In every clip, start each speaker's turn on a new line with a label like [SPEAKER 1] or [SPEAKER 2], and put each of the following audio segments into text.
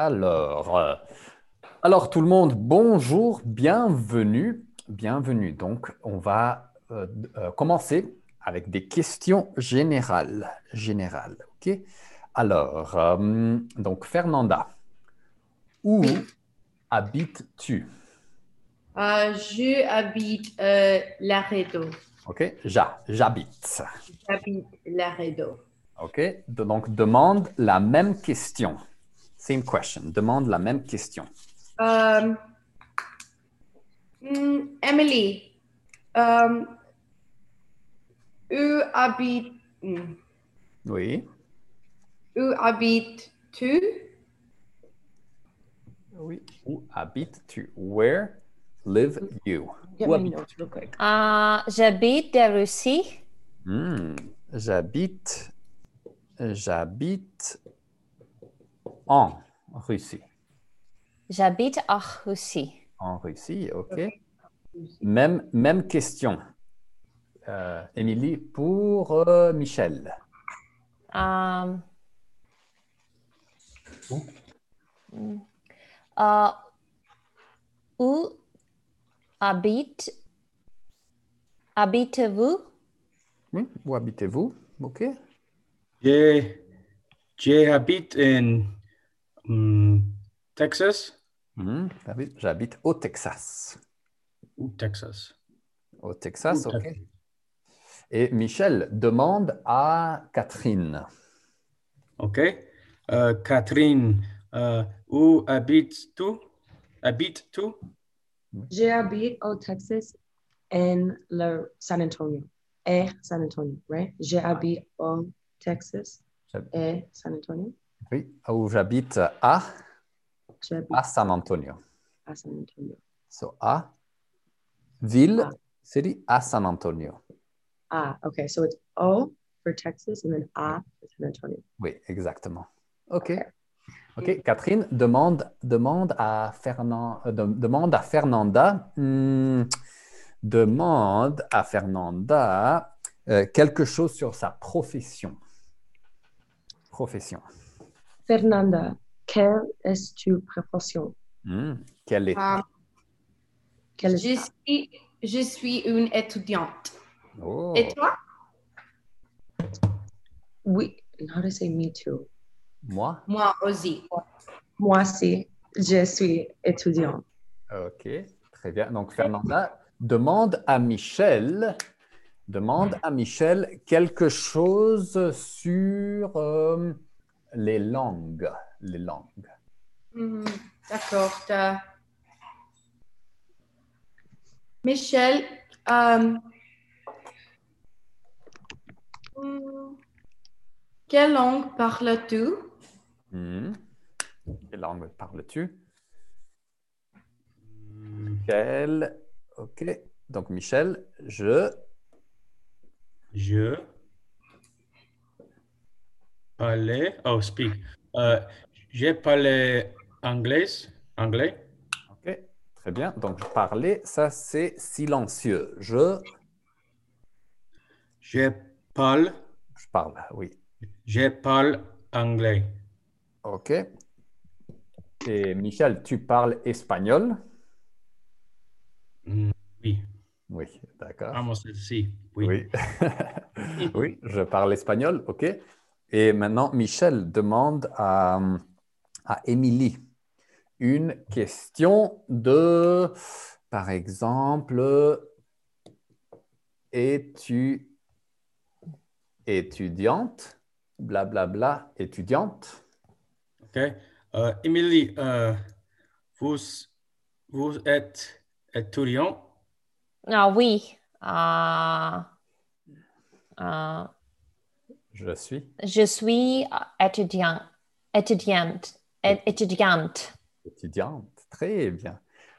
[SPEAKER 1] Alors, euh, alors tout le monde, bonjour, bienvenue, bienvenue. Donc, on va euh, d- euh, commencer avec des questions générales, générales, ok? Alors, euh, donc Fernanda, où
[SPEAKER 2] Oui.
[SPEAKER 1] habites-tu?
[SPEAKER 2] Euh, je habite euh, Laredo.
[SPEAKER 1] Ok? Ja, j'habite.
[SPEAKER 2] J'habite Laredo.
[SPEAKER 1] Ok? De- Donc, demande la même question. Same question. Demande la même question.
[SPEAKER 2] Euh, hmm, Emily, euh, où habite, hmm,
[SPEAKER 1] Oui.
[SPEAKER 2] où habites-tu?
[SPEAKER 1] Oui. Où habites-tu? Where live you?
[SPEAKER 3] Get
[SPEAKER 1] Où
[SPEAKER 3] my
[SPEAKER 1] habites-
[SPEAKER 3] notes real quick.
[SPEAKER 4] Ah, j'habite la Russie.
[SPEAKER 1] Hmm, J'habite. J'habite en Russie.
[SPEAKER 4] J'habite en Russie.
[SPEAKER 1] En Russie, ok. Même, même question, euh, Émilie, pour euh, Michel.
[SPEAKER 4] Ah, mm. Ah, où habite, habitez-vous?
[SPEAKER 1] Oui, Hmm, où habitez-vous? Ok.
[SPEAKER 5] Je, je habite en hmm, Texas.
[SPEAKER 1] Hmm, j'habite- J'habite au Texas.
[SPEAKER 5] Ou Texas.
[SPEAKER 1] Au Texas,
[SPEAKER 5] Ou
[SPEAKER 1] ok.
[SPEAKER 5] Texas.
[SPEAKER 1] Et Michel demande à Catherine.
[SPEAKER 5] OK. Euh, Catherine, euh, où habites-tu? Habites-tu?
[SPEAKER 3] J'habite au Texas and le San Antonio. Eh, San Antonio, right? J'habite au Texas
[SPEAKER 1] J'hab-
[SPEAKER 3] et San Antonio.
[SPEAKER 1] Oui, où j'habite à,
[SPEAKER 3] J'habite
[SPEAKER 1] à San Antonio.
[SPEAKER 3] à San Antonio.
[SPEAKER 1] So, à ville,
[SPEAKER 3] Ah.
[SPEAKER 1] city, à San Antonio.
[SPEAKER 3] Ah, okay. So it's O for Texas and then A for San Antonio.
[SPEAKER 1] Oui, exactement. OK.
[SPEAKER 3] Ok.
[SPEAKER 1] OK. Catherine demande, demande, à, Fernan- euh, de- demande à Fernanda, hmm, demande à Fernanda euh, quelque chose sur sa profession. Profession.
[SPEAKER 3] Fernanda, quelle est tu profession?
[SPEAKER 1] Hmm, Quelle est?
[SPEAKER 2] Euh,
[SPEAKER 3] Quelle est
[SPEAKER 2] je, suis, je suis une étudiante.
[SPEAKER 1] Oh,
[SPEAKER 2] Et toi?
[SPEAKER 3] Oui, and how to say me too.
[SPEAKER 1] moi?
[SPEAKER 2] Moi aussi.
[SPEAKER 3] Moi aussi, je suis étudiant.
[SPEAKER 1] Ok, très bien. Donc, Fernanda demande à Michel, demande à Michel quelque chose sur euh, les langues, les langues.
[SPEAKER 2] Hmm, D'accord. t'as- Michel, euh, hmm, quelle langue parles-tu?
[SPEAKER 1] Hmm. Quelle langue parles-tu?
[SPEAKER 5] Hmm,
[SPEAKER 1] Quelle- Ok. Donc, Michel, je
[SPEAKER 5] Je parle, oh, speak. Euh, je parle anglais, anglais.
[SPEAKER 1] Ok, très bien. Donc, parler, ça c'est silencieux. Je,
[SPEAKER 5] Je parle,
[SPEAKER 1] je parle, oui.
[SPEAKER 5] je parle anglais.
[SPEAKER 1] Ok. Et Michel, tu parles espagnol?
[SPEAKER 5] Hmm, Oui,
[SPEAKER 1] Oui, d'accord.
[SPEAKER 5] vamos sí, Ah, oui.
[SPEAKER 1] Ah. Oui. oui, je parle espagnol, ok. Et maintenant, Michel demande à, à Émilie une question de, par exemple, es-tu étudiante? Blablabla, étudiante.
[SPEAKER 5] Ok. Euh, Emily, euh, vous, vous êtes étudiant?
[SPEAKER 4] Ah oui. Ah, ah,
[SPEAKER 1] Je suis.
[SPEAKER 4] je suis étudiant, étudiante, é- étudiante.
[SPEAKER 1] Étudiante, très bien.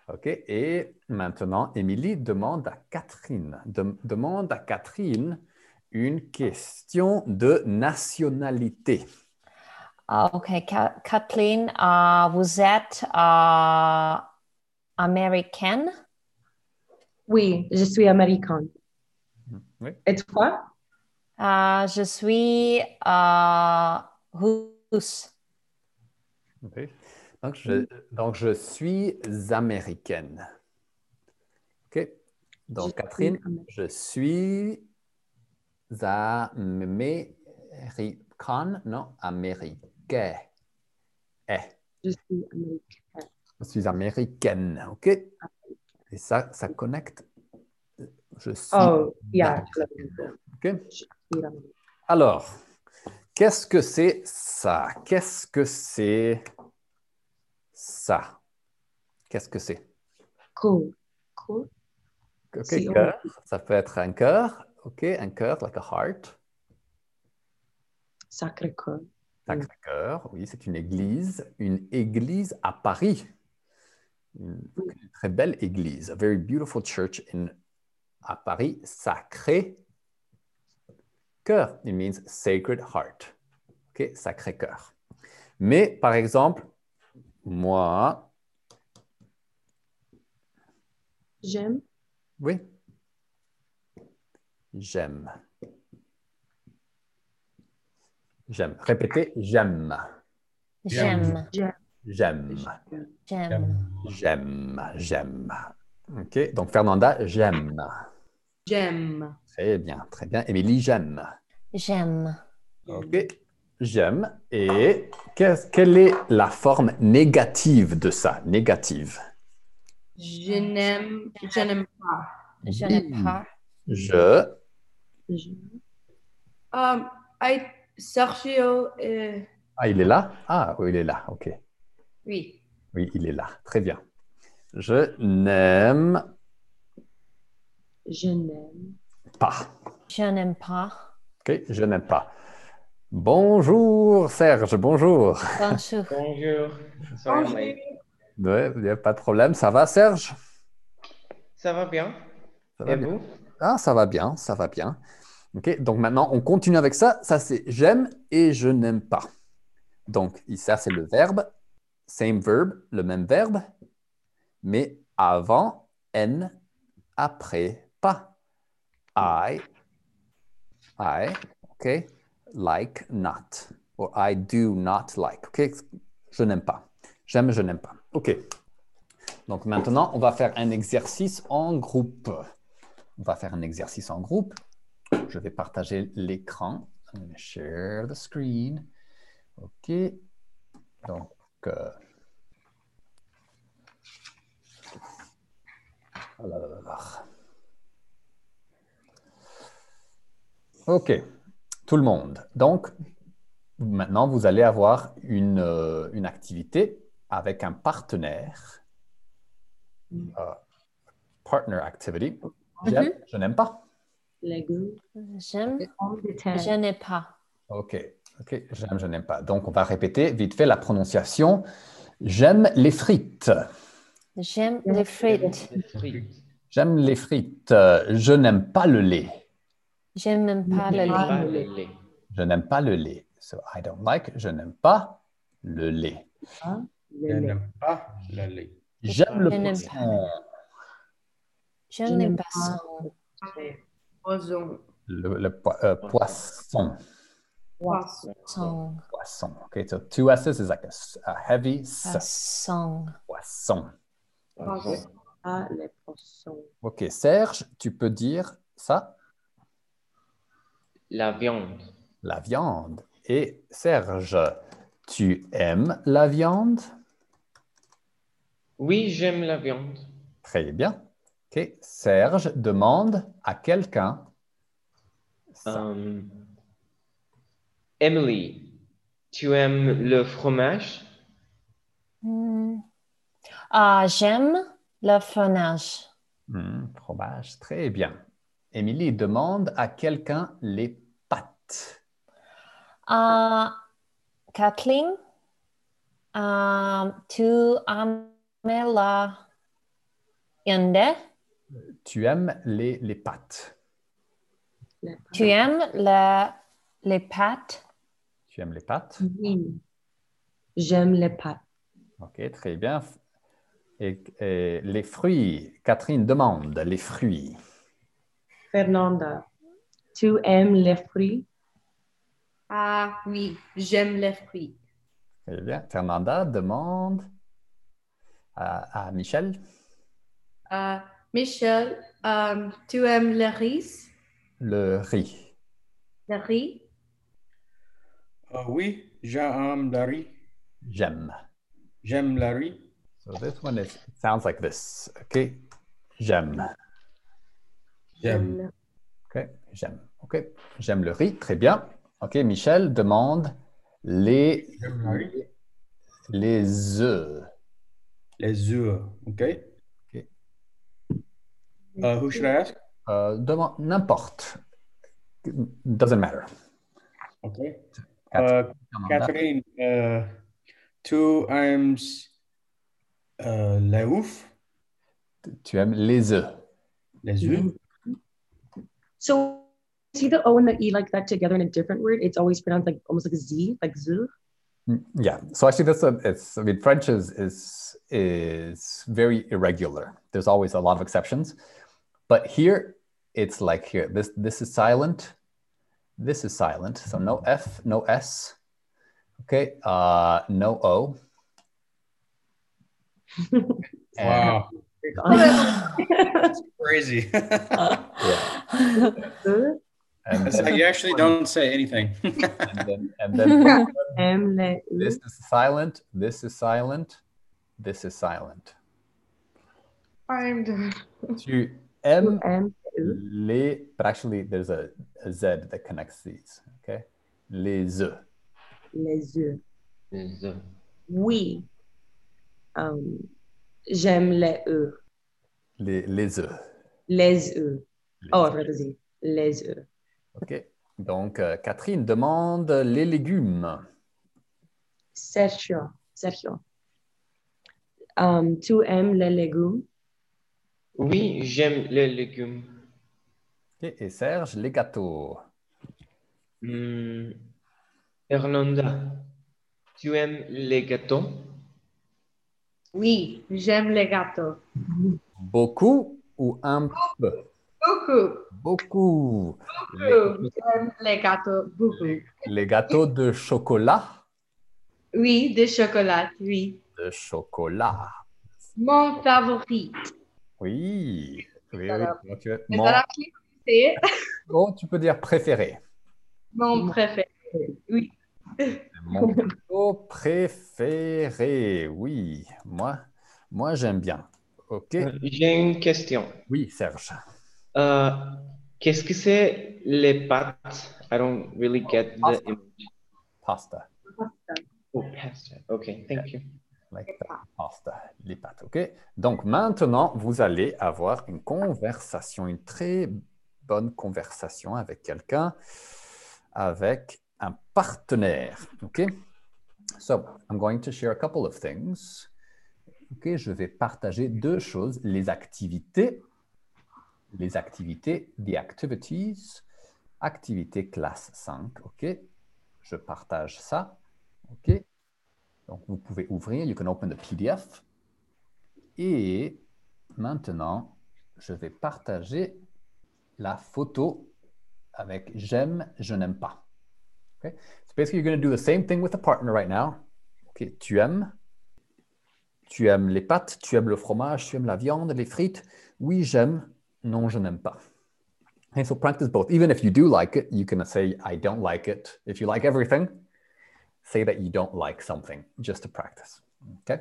[SPEAKER 1] OK. Et maintenant, Émilie demande à Catherine, de- demande à Catherine une question de nationalité.
[SPEAKER 4] Ah, ok, Ka- Kathleen, ah, vous êtes ah, américaine?
[SPEAKER 3] Oui, je suis américaine.
[SPEAKER 1] Oui.
[SPEAKER 3] Et toi?
[SPEAKER 4] Ah, je suis ah, russe.
[SPEAKER 1] Ok. Donc, je, donc, je suis américaine. OK. Donc, Catherine, je suis américaine. Non, américain. Eh,
[SPEAKER 3] Je suis américaine.
[SPEAKER 1] je suis américaine. OK. Et ça, ça connecte. Je suis.
[SPEAKER 3] Oh, yeah.
[SPEAKER 1] OK.
[SPEAKER 3] Je suis américaine.
[SPEAKER 1] Alors, qu'est-ce que c'est ça? Qu'est-ce que c'est ça? Qu'est-ce que c'est?
[SPEAKER 3] Cool. Cool.
[SPEAKER 1] Ok,
[SPEAKER 3] Si on-
[SPEAKER 1] cœur. Ça peut être un cœur. OK, un cœur, like a heart.
[SPEAKER 3] Sacré cœur.
[SPEAKER 1] Sacré-Cœur, oui, c'est une église. Une église à Paris. Une une très belle église. A very beautiful church in, à Paris. Sacré-Cœur. It means sacred heart. OK, Sacré-Cœur. Mais, par exemple, moi,
[SPEAKER 3] J'aime
[SPEAKER 1] oui, j'aime. J'aime. Répétez, j'aime.
[SPEAKER 4] J'aime.
[SPEAKER 1] J'aime.
[SPEAKER 4] J'aime.
[SPEAKER 1] J'aime. J'aime. OK. Donc, Fernanda, j'aime.
[SPEAKER 2] J'aime.
[SPEAKER 1] Très bien. Très bien. Émilie, j'aime.
[SPEAKER 4] J'aime.
[SPEAKER 1] OK. J'aime. Et qu'est-ce- quelle est la forme négative de ça? Négative.
[SPEAKER 2] Je n'aime. Je n'aime pas.
[SPEAKER 4] Je n'ai pas.
[SPEAKER 1] Je.
[SPEAKER 3] j'aime.
[SPEAKER 2] Um, I, Sergio. euh,
[SPEAKER 1] Ah, il est là? Ah, oui, il est là. OK.
[SPEAKER 2] oui.
[SPEAKER 1] Oui, il est là. Très bien. Je n'aime
[SPEAKER 3] Je n'aime
[SPEAKER 1] pas.
[SPEAKER 4] Je n'aime pas.
[SPEAKER 1] OK. Je n'aime pas. Bonjour, Serge. Bonjour.
[SPEAKER 4] Bonjour.
[SPEAKER 6] Bonjour. Sorry, I'm late.
[SPEAKER 1] Ouais, il n'y a pas de problème. Ça va, Serge?
[SPEAKER 6] Ça va bien?
[SPEAKER 1] Ça va
[SPEAKER 6] Et
[SPEAKER 5] Eh
[SPEAKER 1] bien?
[SPEAKER 6] vous?
[SPEAKER 1] Ah, ça va bien, ça va bien. Ok, donc maintenant, on continue avec ça. Ça, c'est j'aime et je n'aime pas. Donc, ça, c'est le verbe. Same verb, le même verbe, mais avant, n, après, pas. I, I, ok, like, not. Or I do not like, ok? Je n'aime pas. J'aime, je n'aime pas. Ok. Donc maintenant, on va faire un exercice en groupe. On va faire un exercice en groupe. Je vais partager l'écran. I'm gonna share the screen. OK. Donc, euh, ah alors. OK. Tout le monde. Donc, maintenant, vous allez avoir une, euh, une activité avec un partenaire. Euh, partner activity. J'aime, je n'aime pas.
[SPEAKER 3] légumes.
[SPEAKER 4] J'aime.
[SPEAKER 3] Pommes de
[SPEAKER 4] Je
[SPEAKER 3] terre.
[SPEAKER 4] n'ai pas.
[SPEAKER 1] OK, OK, j'aime, je n'aime pas. Donc, on va répéter vite fait la prononciation. J'aime les frites.
[SPEAKER 4] J'aime les frites.
[SPEAKER 6] Les frites.
[SPEAKER 1] J'aime les frites. Euh, Je n'aime pas le lait.
[SPEAKER 4] Je n'aime pas le lait.
[SPEAKER 6] Pas le lait.
[SPEAKER 1] Je n'aime pas le lait. So, I don't like, je n'aime pas le lait.
[SPEAKER 3] Le
[SPEAKER 5] Je
[SPEAKER 3] lait.
[SPEAKER 5] n'aime pas le lait.
[SPEAKER 1] J'aime le
[SPEAKER 4] Je n'aime pas.
[SPEAKER 1] poisson.
[SPEAKER 4] Je
[SPEAKER 3] Je
[SPEAKER 4] n'aime
[SPEAKER 3] n'aime
[SPEAKER 4] pas
[SPEAKER 3] pas.
[SPEAKER 4] son.
[SPEAKER 2] Poisson.
[SPEAKER 1] Le, le po- euh, poisson.
[SPEAKER 2] Poisson.
[SPEAKER 4] Son.
[SPEAKER 1] Poisson. OK, so two S's is like a, s- a heavy S.
[SPEAKER 4] Pas son.
[SPEAKER 1] Poisson.
[SPEAKER 2] Poisson.
[SPEAKER 3] Ah, les poissons.
[SPEAKER 1] OK, Serge, tu peux dire ça?
[SPEAKER 6] La viande.
[SPEAKER 1] La viande. Et Serge, tu aimes la viande?
[SPEAKER 6] Oui, j'aime la viande.
[SPEAKER 1] Très bien. Ok. Serge demande à quelqu'un. Ça.
[SPEAKER 6] Euh, Emily, tu aimes le fromage?
[SPEAKER 4] Hmm. Ah, j'aime le fromage.
[SPEAKER 1] Hmm, fromage. Très bien. Émilie demande à quelqu'un les pâtes.
[SPEAKER 4] Ah, Kathleen, ah, tu aimes la viande?
[SPEAKER 1] Tu aimes les, les pâtes.
[SPEAKER 3] La
[SPEAKER 4] Tu aimes la, les pâtes?
[SPEAKER 1] Tu aimes les pâtes.
[SPEAKER 3] Oui. J'aime les pâtes.
[SPEAKER 1] Ok, très bien. Et, et les fruits. Catherine demande les fruits.
[SPEAKER 3] Fernanda, tu aimes les fruits?
[SPEAKER 2] Ah oui, j'aime les fruits.
[SPEAKER 1] Très bien. Fernanda demande à, à Michel
[SPEAKER 2] Euh, Michel, euh, tu aimes le riz?
[SPEAKER 1] le riz.
[SPEAKER 2] Le riz?
[SPEAKER 5] Euh, oui, j'aime la riz.
[SPEAKER 1] J'aime.
[SPEAKER 5] J'aime la riz.
[SPEAKER 1] So this one is sounds like this. OK. J'aime.
[SPEAKER 5] J'aime.
[SPEAKER 1] OK. J'aime. OK. J'aime le riz. Très bien. OK. Michel demande les,
[SPEAKER 5] J'aime la riz.
[SPEAKER 1] les œufs.
[SPEAKER 5] Les œufs. OK.
[SPEAKER 1] Ok.
[SPEAKER 5] Uh, who should I ask?
[SPEAKER 1] Euh, demande n'importe. Doesn't matter.
[SPEAKER 5] Okay.
[SPEAKER 1] Cat-
[SPEAKER 5] Uh, Catherine, uh, two arms, uh, la ouf,
[SPEAKER 1] Tu aimes les œufs.
[SPEAKER 5] les œufs.
[SPEAKER 3] So see the O and the E like that together in a different word. It's always pronounced like almost like a Z, like zoo.
[SPEAKER 1] Mm, Yeah. So actually, that's a, it's. I mean, French is is is very irregular. There's always a lot of exceptions, but here it's like here. This this is silent. This is silent. So no F, no S. Okay. Uh, no O. And-
[SPEAKER 5] Wow, crazy.
[SPEAKER 3] Zoo.
[SPEAKER 1] And,
[SPEAKER 5] it's like
[SPEAKER 1] then,
[SPEAKER 5] you actually don't say anything.
[SPEAKER 1] and then, and then
[SPEAKER 3] M, le,
[SPEAKER 1] this
[SPEAKER 3] U.
[SPEAKER 1] is silent. This is silent. This is silent. Tu aimes
[SPEAKER 3] M, U.
[SPEAKER 1] Les, but actually there's a, a Z that connects these. Okay. Les œufs.
[SPEAKER 3] Les yeux.
[SPEAKER 6] Les œufs.
[SPEAKER 3] Oui. Um, j'aime les œufs.
[SPEAKER 1] Les, les œufs.
[SPEAKER 3] Les œufs.
[SPEAKER 1] Les E.
[SPEAKER 3] Oh, I've
[SPEAKER 1] œufs.
[SPEAKER 3] read the Z. Les E. œufs.
[SPEAKER 1] OK. Donc, euh, Catherine demande les légumes.
[SPEAKER 3] Sergio. Sergio. Um, tu aimes les légumes?
[SPEAKER 6] Oui, j'aime les légumes.
[SPEAKER 1] OK. Et Serge, les gâteaux.
[SPEAKER 6] Hmm. Fernanda, tu aimes les gâteaux?
[SPEAKER 2] Oui, j'aime les gâteaux.
[SPEAKER 1] Beaucoup ou un peu?
[SPEAKER 2] Beaucoup.
[SPEAKER 1] Beaucoup. Les,
[SPEAKER 2] beaucoup. J'aime les gâteaux beaucoup.
[SPEAKER 1] les gâteaux de chocolat.
[SPEAKER 2] Oui, de chocolat, oui.
[SPEAKER 1] De chocolat.
[SPEAKER 2] Mon favori.
[SPEAKER 1] Oui. Oui, oui.
[SPEAKER 2] Alors,
[SPEAKER 1] Donc, euh,
[SPEAKER 2] Mais
[SPEAKER 1] mon-
[SPEAKER 2] dans la clé, c'est
[SPEAKER 1] oh, tu peux dire préféré.
[SPEAKER 2] mon préféré.
[SPEAKER 1] Mon gâteau préféré, oui. Moi, moi j'aime bien. OK.
[SPEAKER 6] J'ai une question.
[SPEAKER 1] Oui, Serge.
[SPEAKER 6] Euh, qu'est-ce que c'est les pâtes? I don't really get the
[SPEAKER 1] Pasta.
[SPEAKER 6] image.
[SPEAKER 1] Pasta.
[SPEAKER 6] Oh, pasta. Okay, thank you.
[SPEAKER 1] Like that. Pasta. Les pâtes. OK. Donc maintenant, vous allez avoir une conversation, une très bonne conversation avec quelqu'un, avec un partenaire. OK. So, I'm going to share a couple of things. OK. Je vais partager deux choses les activités les activités, the activities, activité classe 5, OK? Je partage ça, OK? Donc, vous pouvez ouvrir, you can open the PDF. Et maintenant, je vais partager la photo avec j'aime, je n'aime pas. OK? So basically, you're going to do the same thing with a partner right now. OK, tu aimes. Tu aimes les pâtes, tu aimes le fromage, tu aimes la viande, les frites. Oui, j'aime. Non, je n'aime pas. And so practice both. Even if you do like it, you can say, I don't like it. If you like everything, say that you don't like something, just to practice. OK?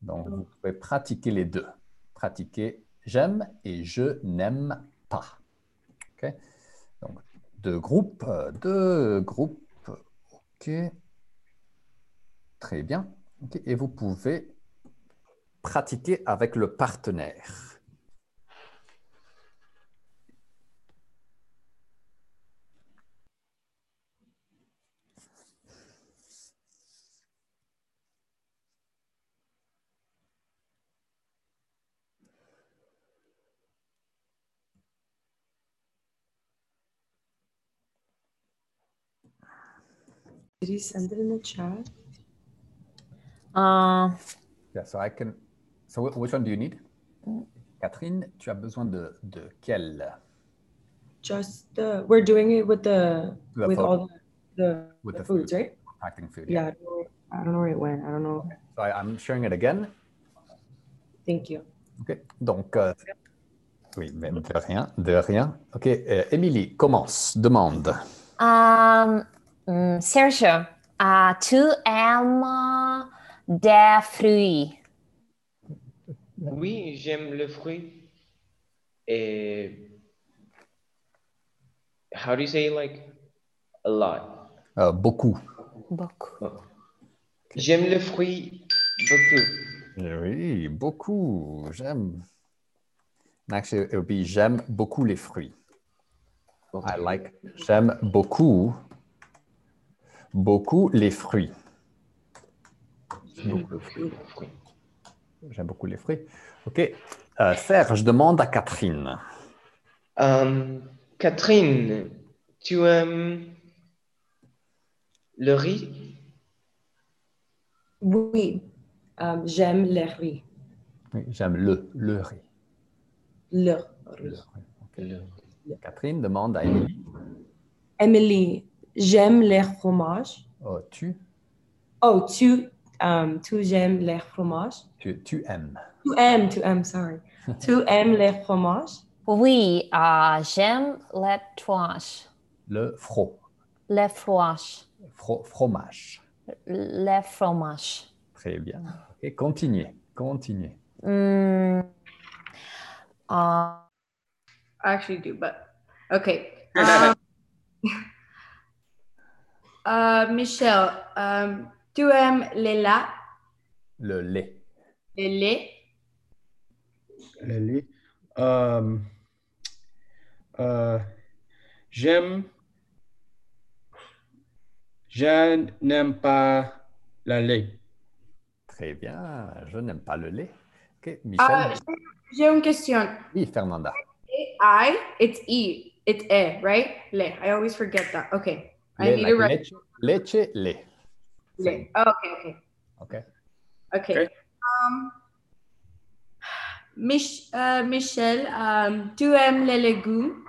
[SPEAKER 1] Donc, vous pouvez pratiquer les deux. Pratiquer j'aime et je n'aime pas. OK? Donc, deux groupes, euh, deux groupes. OK. Très bien. OK. Et vous pouvez pratiquer avec le partenaire.
[SPEAKER 3] Did he send it in the chat?
[SPEAKER 4] Uh,
[SPEAKER 1] Yeah, so I can. So wh- which one do you need? Catherine, tu as besoin de, de quel?
[SPEAKER 3] Just the, we're doing it with the,
[SPEAKER 1] The
[SPEAKER 3] with
[SPEAKER 1] photo.
[SPEAKER 3] all the, the,
[SPEAKER 1] With
[SPEAKER 3] the
[SPEAKER 1] the
[SPEAKER 3] foods, right?
[SPEAKER 1] Packing food.
[SPEAKER 3] Yeah, I don't, know, I don't know where it went. I don't know.
[SPEAKER 1] So I, I'm sharing it again.
[SPEAKER 3] Thank you.
[SPEAKER 1] OK. Donc, euh, oui, mais de rien, de rien. OK. euh, Émilie, commence, demande.
[SPEAKER 4] Um, mm, Sergio, uh, tu aimes des fruits?
[SPEAKER 6] Oui, j'aime le fruit. Et how do you say like a lot?
[SPEAKER 1] Euh, beaucoup.
[SPEAKER 4] Beaucoup.
[SPEAKER 6] J'aime le fruit beaucoup.
[SPEAKER 1] Oui, beaucoup. J'aime. Actually, it would be j'aime beaucoup les fruits. I like. J'aime beaucoup. Beaucoup les fruits.
[SPEAKER 6] Le fruit, le fruit.
[SPEAKER 1] J'aime beaucoup les fruits. OK. Euh, Serge demande à Catherine.
[SPEAKER 6] Euh, Catherine, tu aimes le riz?
[SPEAKER 3] Oui, euh, j'aime le riz.
[SPEAKER 1] Oui, j'aime le, le riz.
[SPEAKER 3] Le riz.
[SPEAKER 1] Le riz. Catherine demande à Émilie.
[SPEAKER 3] Emily, j'aime les fromages.
[SPEAKER 1] Oh, tu,
[SPEAKER 3] Oh, tu, um, tu j'aimes les fromages.
[SPEAKER 1] tu, tu aimes.
[SPEAKER 3] Tu aimes, tu aimes, sorry. tu aimes les fromages.
[SPEAKER 4] Oui, uh, j'aime les tranches,
[SPEAKER 1] Le fro,
[SPEAKER 4] les fromages,
[SPEAKER 1] fro- fromage.
[SPEAKER 4] les fromages.
[SPEAKER 1] Très bien. Et continuez, continuez.
[SPEAKER 4] Mm, uh,
[SPEAKER 2] I actually do, but okay. Um, uh, Michelle, um, tu aimes les lacs,
[SPEAKER 1] Le lait.
[SPEAKER 2] les laits?
[SPEAKER 5] Lily. Um, uh, j'aime. Je n'aime pas la lait.
[SPEAKER 1] Très bien. Je n'aime pas le lait. OK, Michel.
[SPEAKER 2] Uh, j'ai- j'ai une question.
[SPEAKER 1] Oui, Fernanda.
[SPEAKER 2] I, it's E, it's E, right? Le. I always forget that. Okay. I
[SPEAKER 1] Lait,
[SPEAKER 2] need
[SPEAKER 1] like
[SPEAKER 2] to write
[SPEAKER 1] leche, leche, lait.
[SPEAKER 2] le. Oh, okay, okay.
[SPEAKER 1] OK.
[SPEAKER 2] Okay.
[SPEAKER 5] Okay.
[SPEAKER 2] Um, Mich uh, Michel, um, tu aimes les légumes?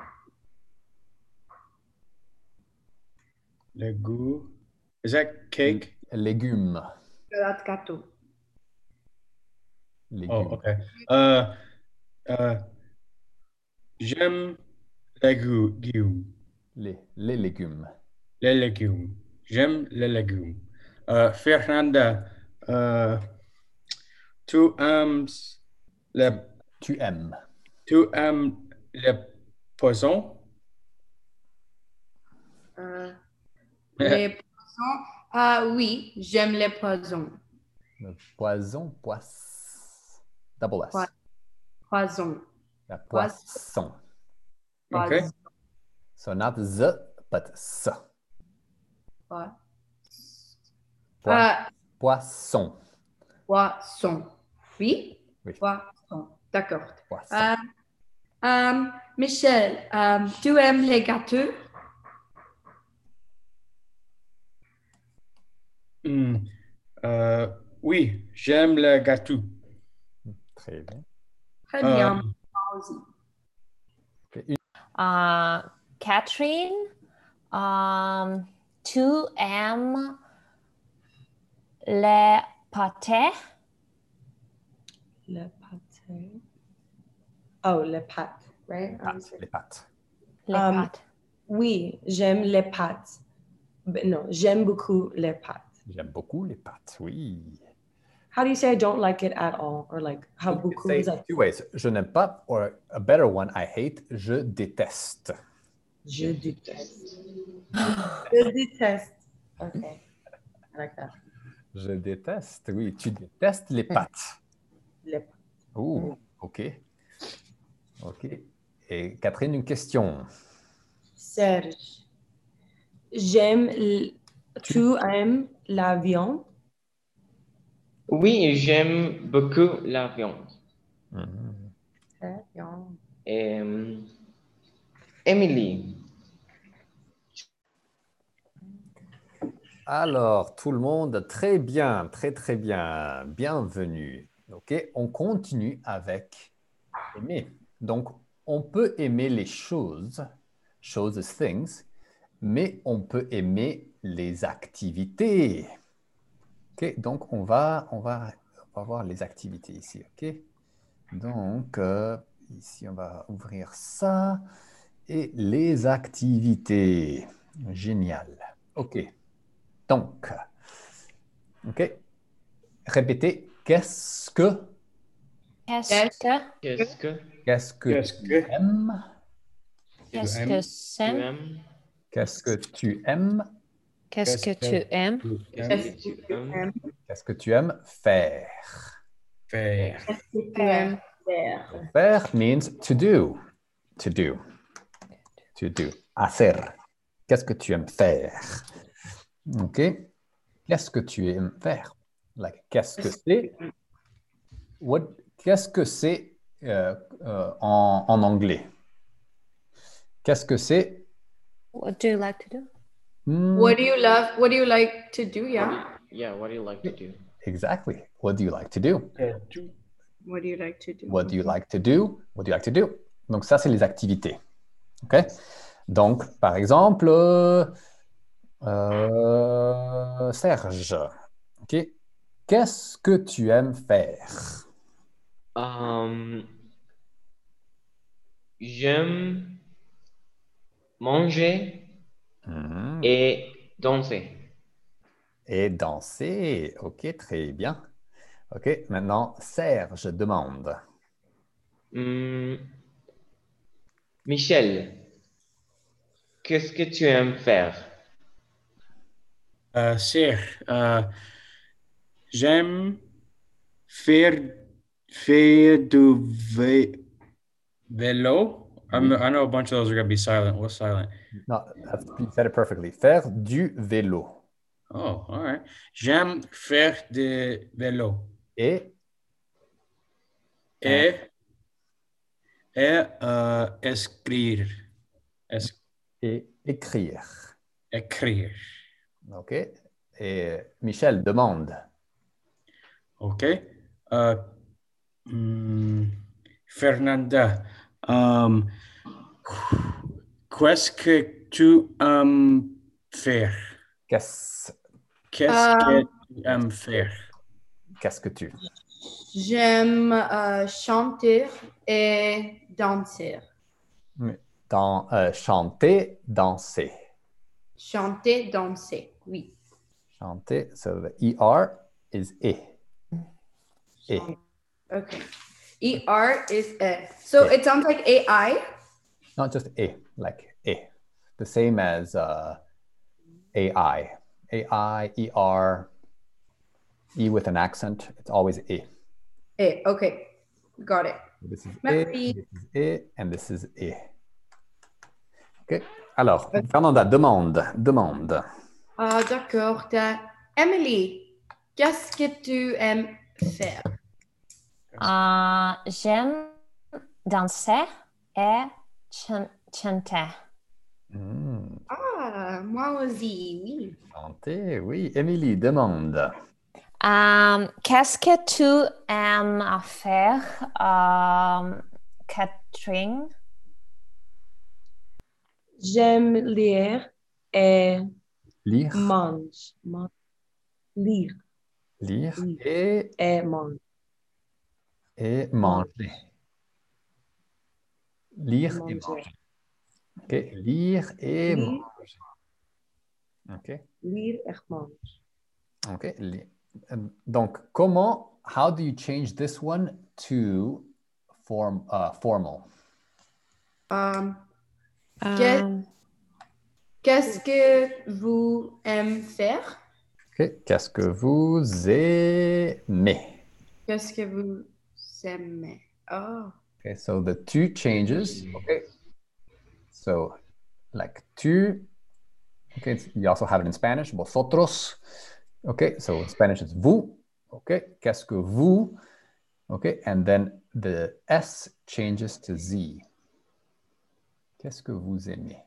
[SPEAKER 5] Le goût. Is that cake?
[SPEAKER 1] Légumes.
[SPEAKER 2] Salade gâteau.
[SPEAKER 1] Légumes.
[SPEAKER 5] Oh, okay. Uh, uh, j'aime les gu- légumes.
[SPEAKER 1] les, les légumes.
[SPEAKER 5] Les légumes. J'aime les légumes. Uh, Fernanda, uh, tu aimes les,
[SPEAKER 1] Tu aimes.
[SPEAKER 5] tu aimes les poissons?
[SPEAKER 2] Euh, les poissons. Ah oui, j'aime les poissons.
[SPEAKER 1] Le poison, poisse. Double S.
[SPEAKER 2] Poi- Poissons.
[SPEAKER 1] La
[SPEAKER 2] poisse.
[SPEAKER 1] poisson.
[SPEAKER 5] Okay.
[SPEAKER 2] Poissons.
[SPEAKER 1] So not the, but s.
[SPEAKER 2] Poi-
[SPEAKER 1] Poi-
[SPEAKER 2] Ah,
[SPEAKER 1] Poisson.
[SPEAKER 2] poissons. Oui?
[SPEAKER 1] Oui.
[SPEAKER 2] Poissons. D'accord.
[SPEAKER 1] Poisson.
[SPEAKER 2] Euh, euh, Michel, euh, tu aimes les gâteaux?
[SPEAKER 5] Hmm. Euh, oui, j'aime le gâteau.
[SPEAKER 1] Très bien.
[SPEAKER 2] Très
[SPEAKER 5] Euh,
[SPEAKER 2] bien. moi aussi.
[SPEAKER 4] uh, Catherine, um, tu aimes les pâtés?
[SPEAKER 3] Le pâté. Oh, le pâte, right?
[SPEAKER 1] Les pattes. Les pattes.
[SPEAKER 4] Les
[SPEAKER 3] Um,
[SPEAKER 4] pâtes.
[SPEAKER 3] Oui, j'aime les pâtes. But non, j'aime beaucoup les pâtes.
[SPEAKER 1] J'aime beaucoup les pattes, oui.
[SPEAKER 3] How do you say I don't like it at all? Or like, how
[SPEAKER 1] You could
[SPEAKER 3] beaucoup
[SPEAKER 1] say
[SPEAKER 3] is like,
[SPEAKER 1] two ways. Je n'aime pas, or a better one, I hate, je déteste.
[SPEAKER 3] je déteste. je déteste. Okay. I like that.
[SPEAKER 1] Je déteste, oui. Tu détestes les pattes.
[SPEAKER 3] Les pâtes.
[SPEAKER 1] Oh, OK. OK. Et Catherine, une question.
[SPEAKER 3] Serge, j'aime, l- tu aimes la viande?
[SPEAKER 6] Oui, j'aime beaucoup la viande.
[SPEAKER 1] Mhm.
[SPEAKER 3] La viande.
[SPEAKER 6] Euh, Emily,
[SPEAKER 1] Alors, tout le monde, très bien, très, très bien. Bienvenue. OK, on continue avec aimer. Donc, on peut aimer les choses, choses, is things, mais on peut aimer les activités. Ok, donc on va, on va, on va voir les activités ici. Ok, donc euh, ici on va ouvrir ça et les activités. Génial. Ok, donc, ok, répétez. Qu'est-ce que,
[SPEAKER 4] Qu'est-ce que,
[SPEAKER 6] Qu'est-ce que
[SPEAKER 1] qu'est-ce que
[SPEAKER 5] Qu'est-ce
[SPEAKER 1] tu
[SPEAKER 5] que-
[SPEAKER 1] aimes?
[SPEAKER 4] qu'est-ce
[SPEAKER 5] aimes?
[SPEAKER 4] que
[SPEAKER 6] tu
[SPEAKER 4] c'est?
[SPEAKER 6] aimes?
[SPEAKER 1] Qu'est-ce que tu aimes?
[SPEAKER 4] Qu'est-ce que tu aimes?
[SPEAKER 5] Qu'est-ce
[SPEAKER 6] que tu aimes?
[SPEAKER 1] Qu'est-ce que tu aimes faire?
[SPEAKER 5] Faire.
[SPEAKER 2] Um,
[SPEAKER 1] Faire means to do. To do. To do. Hacer. Qu'est-ce que tu aimes faire? OK. Qu'est-ce que tu aimes faire? Like, qu'est-ce que c'est? What, qu'est-ce que c'est euh, euh, en, en anglais? Qu'est-ce que c'est?
[SPEAKER 4] What do you like to do?
[SPEAKER 1] Hmm,
[SPEAKER 2] what do you love? What do you like to do? Yeah.
[SPEAKER 6] Yeah, what do you like to do?
[SPEAKER 1] Exactly. What do you like to do?
[SPEAKER 5] Tu-
[SPEAKER 2] What do you like to do?
[SPEAKER 1] What do you like to do? What do you like to do? Donc, ça, c'est les activités. OK? Donc, par exemple, euh, euh, Serge, OK? Qu'est-ce que tu aimes faire?
[SPEAKER 6] Um, j'aime manger
[SPEAKER 1] Hmm.
[SPEAKER 6] et danser.
[SPEAKER 1] Et danser. OK, très bien. OK, maintenant, Serge demande.
[SPEAKER 6] Hmm. Michel, qu'est-ce que tu aimes faire?
[SPEAKER 5] Euh, Serge, euh, j'aime faire, faire du vé- vélo. I'm, I know a bunch of those are going to be silent. What's silent?
[SPEAKER 1] No, that's- you said it perfectly. Faire du vélo.
[SPEAKER 5] Oh, all right. J'aime faire du vélo.
[SPEAKER 1] Et
[SPEAKER 5] Et, et euh, écrire. Es-
[SPEAKER 1] et écrire.
[SPEAKER 5] écrire.
[SPEAKER 1] OK? Et Michel demande.
[SPEAKER 5] OK. Euh, hmm, Fernanda, euh, qu'est-ce que tu aimes faire?
[SPEAKER 1] Qu'est-ce
[SPEAKER 5] Qu'est-ce que tu aimes faire?
[SPEAKER 1] qu'est-ce que tu?
[SPEAKER 2] J'aime euh, chanter et danser.
[SPEAKER 1] Dans, euh, chanter, danser.
[SPEAKER 2] Chanter, danser. Oui.
[SPEAKER 1] Chanter, so the ER is E. E.
[SPEAKER 2] Okay. ER is A. So
[SPEAKER 1] Yeah.
[SPEAKER 2] it sounds like AI.
[SPEAKER 1] Not just E, like E. The same as uh, AI. AI, ER, E with an accent, it's always E.
[SPEAKER 2] A. Okay. Got it.
[SPEAKER 1] This is E,
[SPEAKER 2] Merci.
[SPEAKER 1] this is E, and this is E. OK. Alors, Fernanda, demande, demande.
[SPEAKER 2] Ah, d'accord. t'as- Emily, qu'est-ce que tu aimes faire?
[SPEAKER 4] Ah, j'aime danser et chan- chanter.
[SPEAKER 1] Hmm.
[SPEAKER 2] Ah, moi aussi, oui.
[SPEAKER 1] Chanter, oui. Émilie, demande.
[SPEAKER 4] Um, qu'est-ce que tu aimes à faire, um, Catherine?
[SPEAKER 3] J'aime lire et
[SPEAKER 1] Lire.
[SPEAKER 3] mange. Man- Lire
[SPEAKER 1] Lire
[SPEAKER 3] Oui.
[SPEAKER 1] et,
[SPEAKER 3] et mange.
[SPEAKER 1] et manger. Lire et
[SPEAKER 3] Manger.
[SPEAKER 1] manger. OK. Lire et
[SPEAKER 3] Lire.
[SPEAKER 1] manger. OK.
[SPEAKER 3] Lire et mange.
[SPEAKER 1] OK. Li- Um, Donc, comment, how do you change this one to form, uh, formal?
[SPEAKER 2] Um, Que-
[SPEAKER 4] Um,
[SPEAKER 2] qu'est-ce que vous aimez faire?
[SPEAKER 1] OK. Qu'est-ce que vous aimez?
[SPEAKER 2] Qu'est-ce que vous aimez? Oh,
[SPEAKER 1] Okay, so the two changes. Okay. So like two. Okay, it's, you also have it in Spanish, vosotros. Okay, so in Spanish it's vous. Okay, qu'est-ce que vous? Okay, and then the S changes to Z. Qu'est-ce que vous aimez?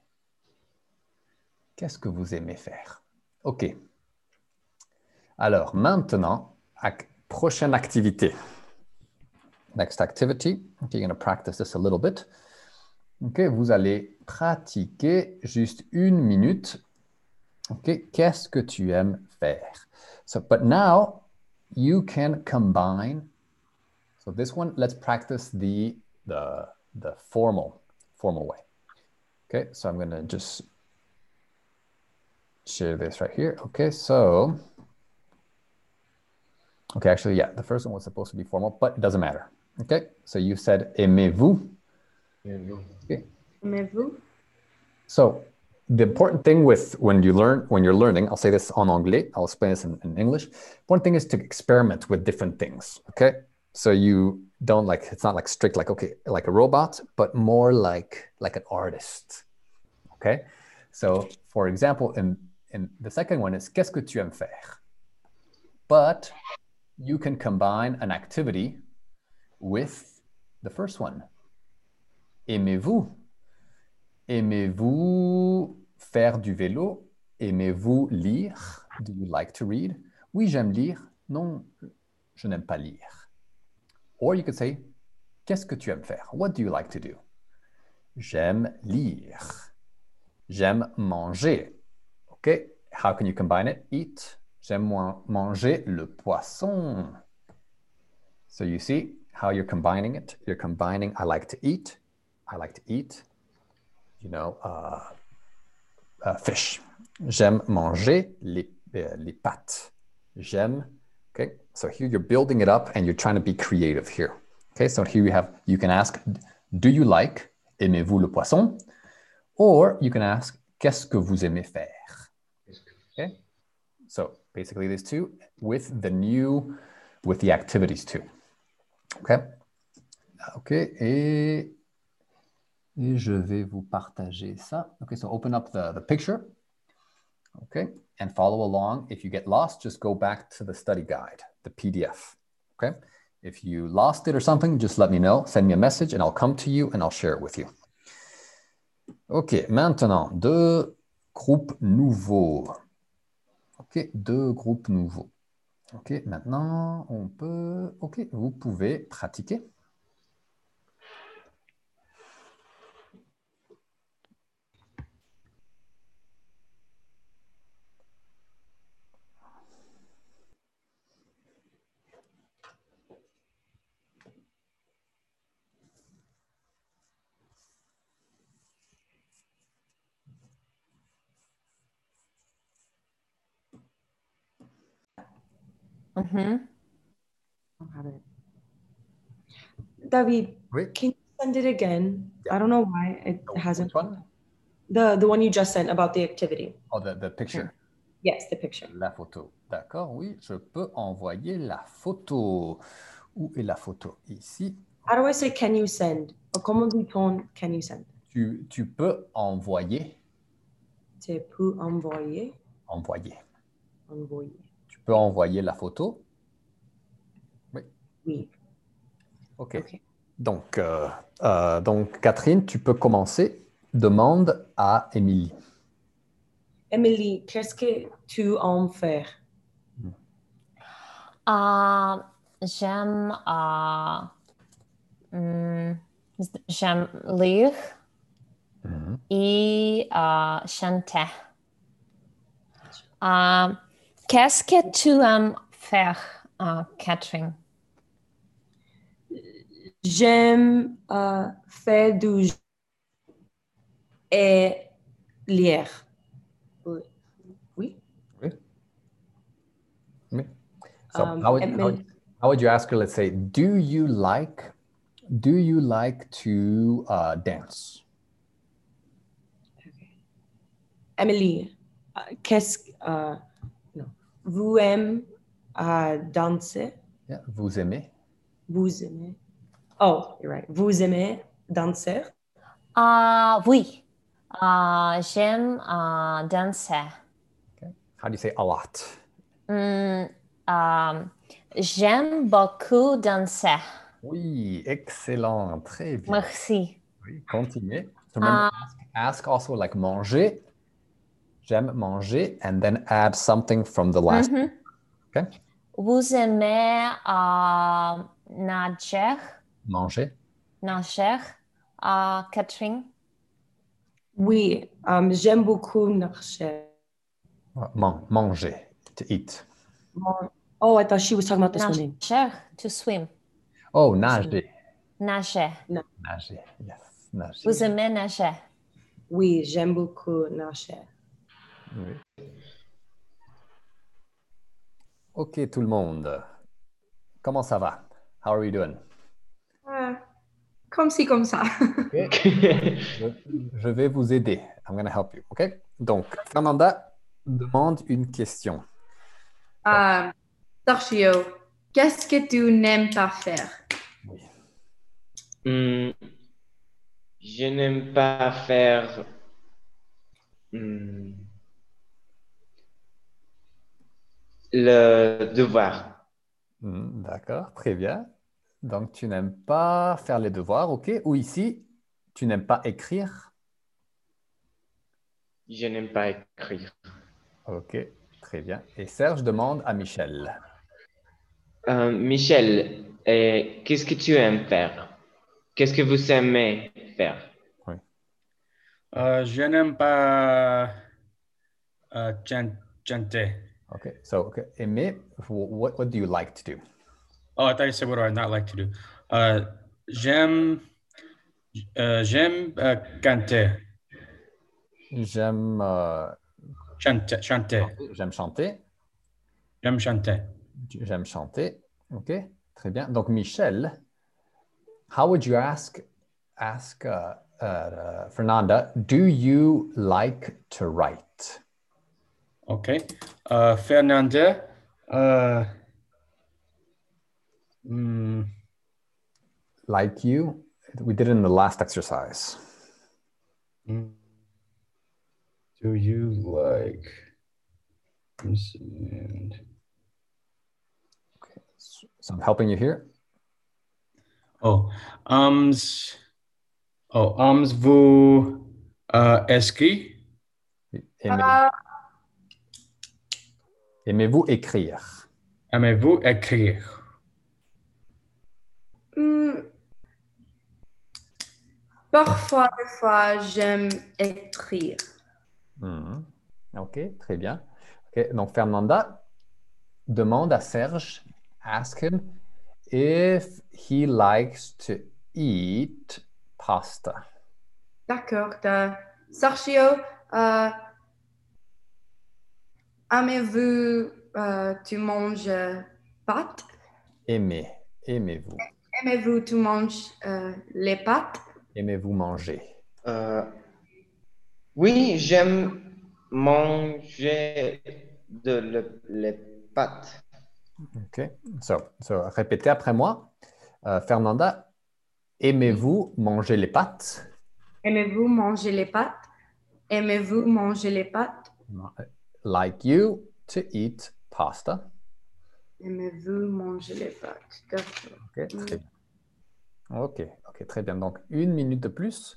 [SPEAKER 1] Qu'est-ce que vous aimez faire? OK. Alors maintenant, ac- prochaine activité. Next activity. Okay, you're going to practice this a little bit. Okay, vous allez pratiquer juste une minute. Okay, qu'est-ce que tu aimes faire? So, but now you can combine. So this one, let's practice the the the formal formal way. Okay, so I'm gonna just share this right here. Okay, so okay, actually, yeah, the first one was supposed to be formal, but it doesn't matter. Okay, so you said aimez-vous.
[SPEAKER 2] Aimez-vous?
[SPEAKER 1] So the important thing with when you learn when you're learning, I'll say this en anglais, I'll explain this in, in English. Important thing is to experiment with different things. Okay. So you don't like it's not like strict like okay, like a robot, but more like like an artist. Okay. So for example, in in the second one is qu'est-ce que tu aimes faire? But you can combine an activity with the first one. Aimez-vous? Aimez-vous faire du vélo? Aimez-vous lire? Do you like to read? Oui, j'aime lire. Non, je n'aime pas lire. Or you could say, qu'est-ce que tu aimes faire? What do you like to do? J'aime lire. J'aime manger. OK? How can you combine it? Eat. J'aime moi- manger le poisson. So you see how you're combining it? You're combining I like to eat. I like to eat. you know, uh, uh, fish. J'aime manger les, uh, les pâtes. J'aime. Okay, so here you're building it up and you're trying to be creative here. Okay, so here you have, you can ask, do you like, aimez-vous le poisson? Or you can ask, qu'est-ce que vous aimez faire? Okay, so basically these two with the new, with the activities too. Okay, okay, et Et je vais vous partager ça. Okay, so open up the, the picture. Okay, and follow along. If you get lost, just go back to the study guide, the PDF. Okay, if you lost it or something, just let me know. Send me a message and I'll come to you and I'll share it with you. Ok, maintenant, deux groupes nouveaux. Ok, deux groupes nouveaux. Ok, maintenant, on peut. Ok, vous pouvez pratiquer.
[SPEAKER 4] Mm-hmm.
[SPEAKER 3] I don't have it. David,
[SPEAKER 1] Great.
[SPEAKER 3] can you send it again? I don't know why it hasn't.
[SPEAKER 1] Which one?
[SPEAKER 3] The the one you just sent about the activity.
[SPEAKER 1] Oh, the, the picture.
[SPEAKER 3] Yes, the picture.
[SPEAKER 1] La photo. D'accord, oui, je peux envoyer la photo. Où est la photo? Ici.
[SPEAKER 3] How do I say can you send? Or comment dit-on can you send?
[SPEAKER 1] Tu, tu peux envoyer.
[SPEAKER 3] C'est pour envoyer.
[SPEAKER 1] Envoyer.
[SPEAKER 3] Envoyer.
[SPEAKER 1] Tu peux envoyer la photo.
[SPEAKER 3] Oui.
[SPEAKER 1] OK.
[SPEAKER 3] Ok.
[SPEAKER 1] Donc, euh, euh, donc, Catherine, tu peux commencer. Demande à Émilie.
[SPEAKER 3] Emily, qu'est-ce que tu en fais?
[SPEAKER 4] Uh, j'aime, uh, mm, j'aime lire et uh, chanter. Uh, Qu'est-ce que tu aimes faire, uh, Catherine?
[SPEAKER 3] J'aime euh, faire du jeu et lire. Oui. Oui.
[SPEAKER 1] So
[SPEAKER 3] Um,
[SPEAKER 1] how, would,
[SPEAKER 3] and
[SPEAKER 1] how would- how would you ask her, let's say, do you like, do you like to uh, dance?
[SPEAKER 3] Emily, euh, qu'est-ce que euh, non. vous aimez euh, danser?
[SPEAKER 1] Yeah, Vous aimez?
[SPEAKER 3] Vous aimez. Oh, you're right. Vous aimez danser?
[SPEAKER 4] Uh, oui, uh, j'aime uh, danser.
[SPEAKER 1] How do you say a lot?
[SPEAKER 4] Mm, um, j'aime beaucoup danser.
[SPEAKER 1] Oui, excellent, très bien.
[SPEAKER 4] Merci.
[SPEAKER 1] Oui, continuez. So remember, ask,
[SPEAKER 4] Ah.
[SPEAKER 1] ask also like manger. J'aime manger, and then add something from the last.
[SPEAKER 4] Mhm.
[SPEAKER 1] Okay.
[SPEAKER 4] Vous aimez euh, nager,
[SPEAKER 1] Manger.
[SPEAKER 4] nager, euh, Catherine?
[SPEAKER 3] Oui, um, j'aime beaucoup marcher.
[SPEAKER 1] Ah, Man- manger, to eat.
[SPEAKER 3] Mon- Oh, I thought she was talking about the swimming.
[SPEAKER 4] Nager, to swim.
[SPEAKER 1] Oh, nager.
[SPEAKER 4] Nager.
[SPEAKER 1] Nager, yes, nager.
[SPEAKER 4] Vous aimez nager.
[SPEAKER 3] Oui, j'aime beaucoup marcher.
[SPEAKER 1] Oui. Ok, tout le monde. Comment ça va? How are you doing?
[SPEAKER 2] Uh, comme si, comme ça.
[SPEAKER 1] Je, je vais vous aider. I'm going to help you. OK? Donc, Fernanda demande une question.
[SPEAKER 2] Um, Sergio, qu'est-ce que tu n'aimes pas faire?
[SPEAKER 6] Hmm, je n'aime pas faire. hmm, le devoir.
[SPEAKER 1] Hmm, D'accord, très bien. Donc, tu n'aimes pas faire les devoirs, OK? Ou ici, tu n'aimes pas écrire.
[SPEAKER 6] Je n'aime pas écrire.
[SPEAKER 1] OK, très bien. Et Serge demande à Michel.
[SPEAKER 6] Euh, Michel, euh, qu'est-ce que tu aimes faire? Qu'est-ce que vous aimez faire?
[SPEAKER 5] Euh, je n'aime pas euh, chan- chanter.
[SPEAKER 1] OK, so, OK. Aimer, what, what do you like to do?
[SPEAKER 5] Oh, I thought you said what do I not like to do. Uh, j'aime, uh, j'aime uh, canter,
[SPEAKER 1] J'aime euh,
[SPEAKER 5] chanter,
[SPEAKER 1] Oh.
[SPEAKER 5] chanter.
[SPEAKER 1] j'aime chanter.
[SPEAKER 5] J'aime chanter.
[SPEAKER 1] J'aime chanter. OK, très bien. Donc, Michel, how would you ask, ask uh, uh, Fernanda, do you like to write?
[SPEAKER 5] Okay. Uh, Fernanda. Uh, mm,
[SPEAKER 1] Like you? We did it in the last exercise.
[SPEAKER 5] mm. do you like? let me see, and-
[SPEAKER 1] So I'm helping you here.
[SPEAKER 5] Oh, um, s- oh, um, vous uh, esqui?
[SPEAKER 1] Aimez-
[SPEAKER 2] Uh,
[SPEAKER 1] Aimez-vous écrire?
[SPEAKER 5] Aimez-vous écrire?
[SPEAKER 2] hmm, parfois, des fois, j'aime écrire.
[SPEAKER 1] Mhm. OK, très bien. OK, donc, Fernanda demande à Serge, ask him if he likes to eat pasta.
[SPEAKER 2] D'accord. t'as- Sergio, euh, aimez-vous, euh, tu manges euh, pâtes?
[SPEAKER 1] Aimez, aimez-vous,
[SPEAKER 2] Aimez-vous, tu manges euh, les pâtes?
[SPEAKER 1] aimez-vous manger.
[SPEAKER 6] Euh, oui, j'aime manger de le- les pâtes.
[SPEAKER 1] OK. So, so, répétez après moi. Euh, Fernanda, aimez-vous manger les pâtes?
[SPEAKER 2] Aimez-vous manger les pâtes? Aimez-vous manger les pâtes?
[SPEAKER 1] Like you to eat pasta.
[SPEAKER 2] Aimez-vous manger les pâtes? D'accord.
[SPEAKER 1] OK, très bien. OK, OK, très bien. Donc, une minute de plus.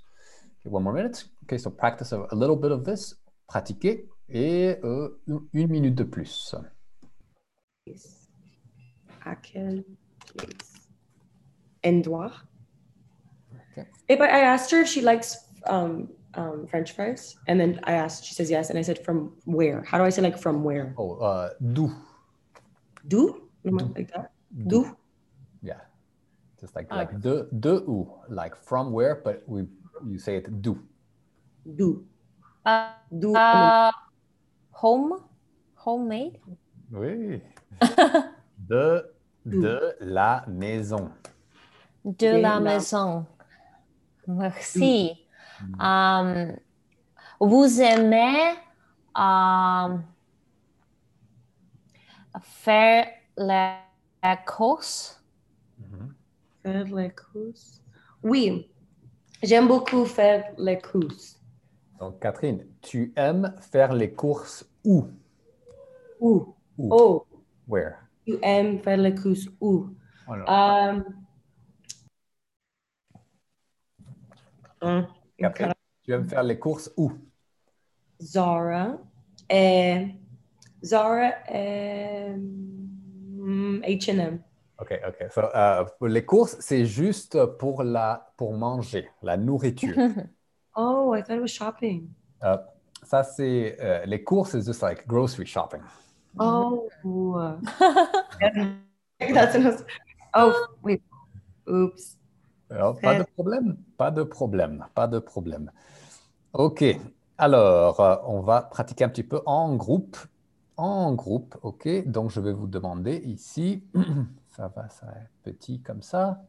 [SPEAKER 1] Okay, one more minute. OK, so practice a, a little bit of this. Pratiquez et euh, une- une minute de plus.
[SPEAKER 3] Yes. I can. Yes. Endroit.
[SPEAKER 1] Okay.
[SPEAKER 3] If I, I asked her if she likes um, um, French fries, and then I asked, she says yes, and I said from where? How do I say like from where?
[SPEAKER 1] Oh, euh, d'où?
[SPEAKER 3] Do? Am I Like that? Do?
[SPEAKER 1] Yeah. Just like, like de, de où? Like from where, but we you say it d'où.
[SPEAKER 3] Do?
[SPEAKER 4] Uh,
[SPEAKER 3] Do?
[SPEAKER 4] uh, home? Homemade?
[SPEAKER 1] Oui. De, de la maison.
[SPEAKER 4] De la
[SPEAKER 3] la-
[SPEAKER 4] maison. Merci. Um, vous aimez um, faire la, la course?
[SPEAKER 1] Mhm.
[SPEAKER 3] Faire les courses. Oui. J'aime beaucoup faire les courses.
[SPEAKER 1] Donc, Catherine, tu aimes faire les courses où?
[SPEAKER 3] Où?
[SPEAKER 1] Où?
[SPEAKER 3] Oh,
[SPEAKER 1] Where? Oh,
[SPEAKER 3] tu aimes faire les courses où?
[SPEAKER 1] Alors,
[SPEAKER 3] Um, hein, une
[SPEAKER 1] Catherine, tu aimes faire les courses où?
[SPEAKER 3] Zara et Zara et mm, H&M.
[SPEAKER 1] OK, OK. So, euh, les courses, c'est juste pour, la, pour manger, la nourriture.
[SPEAKER 3] Oh, I thought it was shopping.
[SPEAKER 1] Euh, ça, c'est euh, les courses, it's just like grocery shopping.
[SPEAKER 3] Oh.
[SPEAKER 2] That's what I was-
[SPEAKER 3] Oh, wait. Oops.
[SPEAKER 1] Alors, pas de problème, pas de problème, pas de problème. OK. Alors, euh, on va pratiquer un petit peu en groupe. En groupe, OK. Donc, je vais vous demander ici, ça va, ça va être petit comme ça.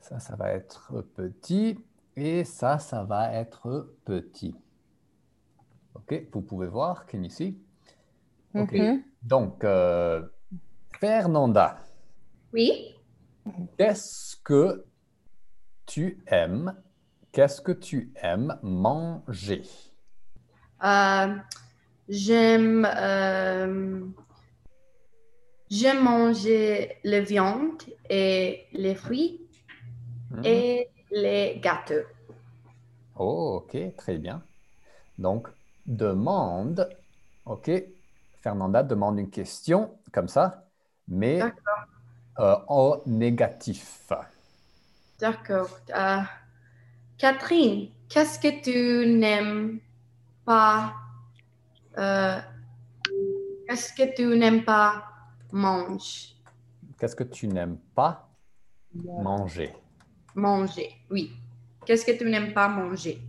[SPEAKER 1] Ça, ça va être petit. Et ça, ça va être petit. OK. Vous pouvez voir qu'il ici. OK.
[SPEAKER 4] Mhm.
[SPEAKER 1] Donc, euh, Fernanda.
[SPEAKER 2] Oui.
[SPEAKER 1] Qu'est-ce que tu aimes? Qu'est-ce que tu aimes manger?
[SPEAKER 2] Euh, j'aime euh, j'aime manger la viande et les fruits
[SPEAKER 1] Mhm.
[SPEAKER 2] et les gâteaux.
[SPEAKER 1] Oh, ok, très bien. Donc, demande. Ok, Fernanda demande une question comme ça, mais euh, en négatif.
[SPEAKER 2] D'accord. Euh, Catherine, qu'est-ce que tu n'aimes pas euh, Qu'est-ce que tu n'aimes pas manger
[SPEAKER 1] Qu'est-ce que tu n'aimes pas manger?
[SPEAKER 2] Manger, oui. Qu'est-ce que tu n'aimes pas manger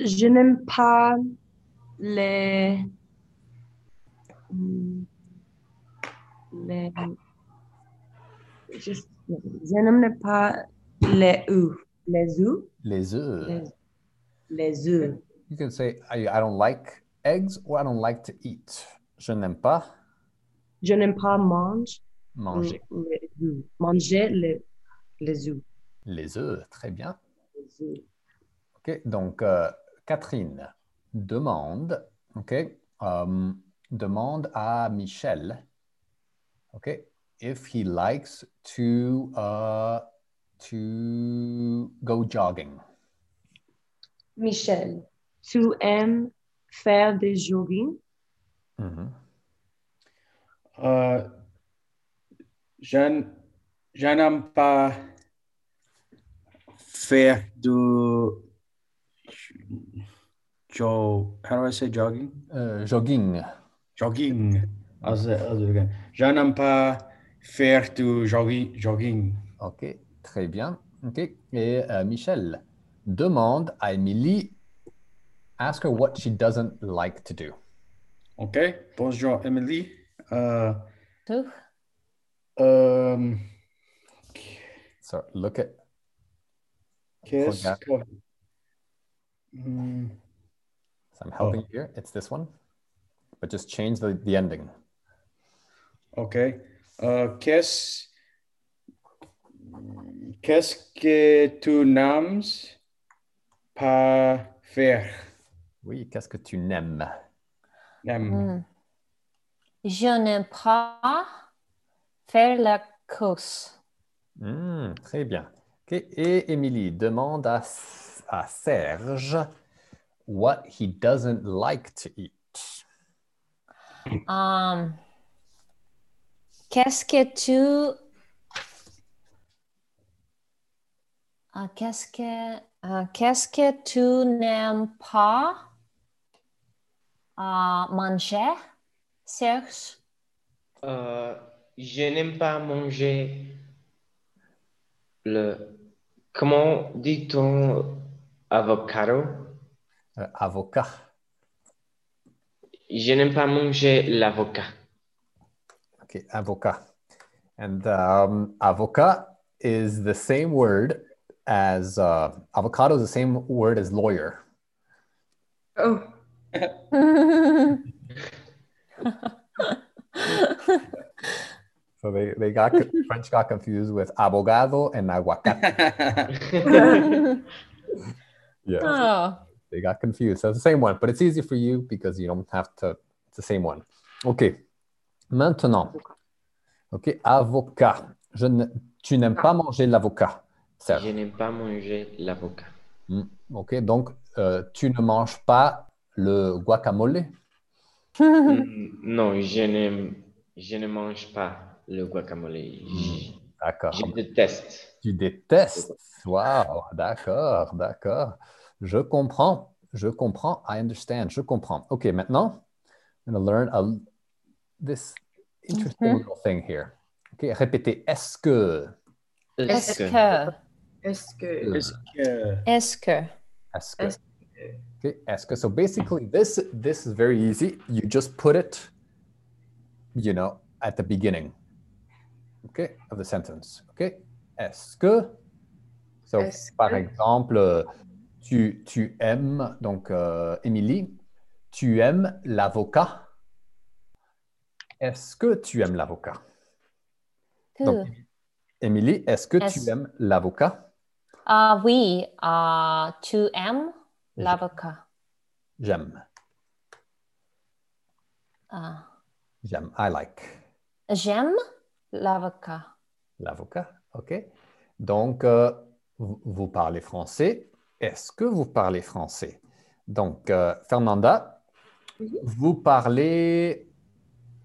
[SPEAKER 3] Je n'aime pas les. Hmm. les... Je... je n'aime pas les œufs. Les œufs.
[SPEAKER 1] Les
[SPEAKER 3] Les,
[SPEAKER 1] œufs.
[SPEAKER 3] les œufs.
[SPEAKER 1] You can say, I, I don't like eggs or I don't like to eat. Je n'aime pas
[SPEAKER 3] Je n'aime pas manger.
[SPEAKER 1] manger.
[SPEAKER 3] Les œufs. Manger les, les œufs.
[SPEAKER 1] Les œufs, très bien.
[SPEAKER 3] Les œufs.
[SPEAKER 1] Ok, donc euh, Catherine demande, ok, euh, demande à Michel, ok, if he likes to uh, to go jogging.
[SPEAKER 3] Michel, tu aimes faire des jogging?
[SPEAKER 1] Mhm.
[SPEAKER 5] Euh, je n- je n'aime pas faire du jo, how do I say jogging?
[SPEAKER 1] Euh, jogging.
[SPEAKER 5] Jogging. I'll say, I'll do it again. Je n'aime pas faire du jogging. jogging.
[SPEAKER 1] Ok, très bien. Ok, et euh, Michel demande à Emily, ask her what she doesn't like to do.
[SPEAKER 5] OK. Bonjour, Emily. Euh,
[SPEAKER 4] Ooh.
[SPEAKER 5] euh,
[SPEAKER 1] So look at
[SPEAKER 5] qu'est-ce
[SPEAKER 1] Regarde.
[SPEAKER 5] que... Hmm.
[SPEAKER 1] So I'm helping you here. It's this one, but just change the, the ending.
[SPEAKER 5] OK. Euh, qu'est-ce qu'est-ce que tu n'aimes pas faire?
[SPEAKER 1] Oui, qu'est-ce que tu n'aimes?
[SPEAKER 5] N'aime.
[SPEAKER 4] Mm. Je n'aime pas faire la course.
[SPEAKER 1] Hmm, très bien. Ok, Et Émilie demande à, S- à Serge what he doesn't like to eat.
[SPEAKER 4] Um, qu'est-ce que tu... Ah, qu'est-ce que... ah, qu'est-ce que tu n'aimes pas ah, manger, Serge?
[SPEAKER 6] Euh, je n'aime pas manger le. Comment dit-on avocado?
[SPEAKER 1] Euh, avocat.
[SPEAKER 6] Je n'aime pas manger l'avocat.
[SPEAKER 1] Okay, avocat. And um, avocat is the same word as uh, avocado is the same word as lawyer.
[SPEAKER 2] Oh,
[SPEAKER 1] So they, they got French got confused with abogado and aguacate.
[SPEAKER 6] Hmm.
[SPEAKER 1] Yeah.
[SPEAKER 4] oh.
[SPEAKER 1] they got confused. So it's the same one, but it's easy for you because you don't have to. It's the same one. OK. Maintenant. OK. Avocat. Je ne, tu n'aimes pas manger l'avocat,
[SPEAKER 6] Je
[SPEAKER 1] Serge.
[SPEAKER 6] n'aime pas manger l'avocat.
[SPEAKER 1] OK. Donc, euh, tu ne manges pas le guacamole.
[SPEAKER 6] Mm, Non, je n'aime, je ne mange pas le guacamole. Je-
[SPEAKER 1] D'accord.
[SPEAKER 6] Je déteste.
[SPEAKER 1] Tu détestes. Wow, d'accord, d'accord. Je comprends. Je comprends. I understand. Je comprends. OK, maintenant, I'm going to learn a, this interesting
[SPEAKER 4] Mhm.
[SPEAKER 1] little thing here. OK, répétez. Est-ce que, euh,
[SPEAKER 4] Est-ce
[SPEAKER 6] Est-ce que-
[SPEAKER 4] que,
[SPEAKER 2] Est-ce que.
[SPEAKER 5] Est-ce que-
[SPEAKER 4] est-ce que,
[SPEAKER 1] est-ce que,
[SPEAKER 2] Est-ce
[SPEAKER 1] Okay, est-ce que. So basically, this this is very easy. You just put it, you know, at the beginning, okay, of the sentence. Okay, est-ce que. So
[SPEAKER 2] Est-ce
[SPEAKER 1] Par
[SPEAKER 2] que-
[SPEAKER 1] exemple, tu, tu aimes, donc euh, Émilie, tu aimes l'avocat. Est-ce que tu aimes l'avocat?
[SPEAKER 4] que.
[SPEAKER 1] Donc, Émilie, est-ce que
[SPEAKER 4] Est-ce-
[SPEAKER 1] tu aimes l'avocat?
[SPEAKER 4] Ah oui, ah, tu aimes
[SPEAKER 1] Je-
[SPEAKER 4] l'avocat.
[SPEAKER 1] J'aime.
[SPEAKER 4] Ah,
[SPEAKER 1] J'aime. I like
[SPEAKER 4] j'aime l'avocat.
[SPEAKER 1] l'avocat. OK? Donc, euh, vous, vous parlez français. Est-ce que vous parlez français? Donc, euh, Fernanda,
[SPEAKER 2] Mhm.
[SPEAKER 1] vous parlez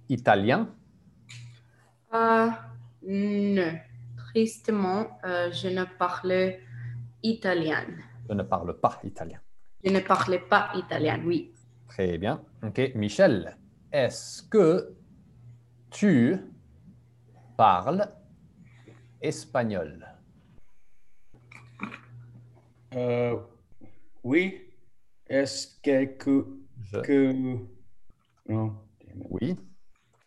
[SPEAKER 1] italien?
[SPEAKER 2] Euh, non. Tristement, euh, je ne parlais italien.
[SPEAKER 1] Je ne parle pas italien.
[SPEAKER 2] Je ne parlais pas italien, oui.
[SPEAKER 1] Très bien. OK. Michel, est-ce que tu parles espagnol?
[SPEAKER 5] Euh, oui. Est-ce que, que,
[SPEAKER 1] Je-
[SPEAKER 5] que- non.
[SPEAKER 1] Oui,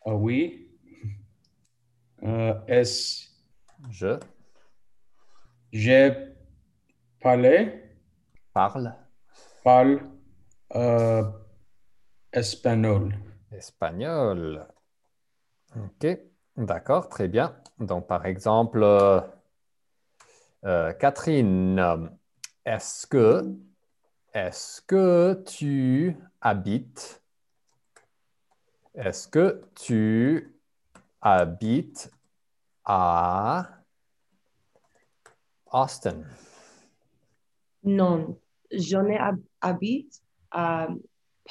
[SPEAKER 5] Ah oui. Euh, est-ce
[SPEAKER 1] je
[SPEAKER 5] j'ai parlé
[SPEAKER 1] parle
[SPEAKER 5] par euh, espagnol.
[SPEAKER 1] espagnol. OK. D'accord, très bien. Donc, par exemple, euh, euh, Catherine, euh, est-ce que, est-ce que tu habites, est-ce que tu habites à Austin?
[SPEAKER 3] Non. Je n'habite à euh,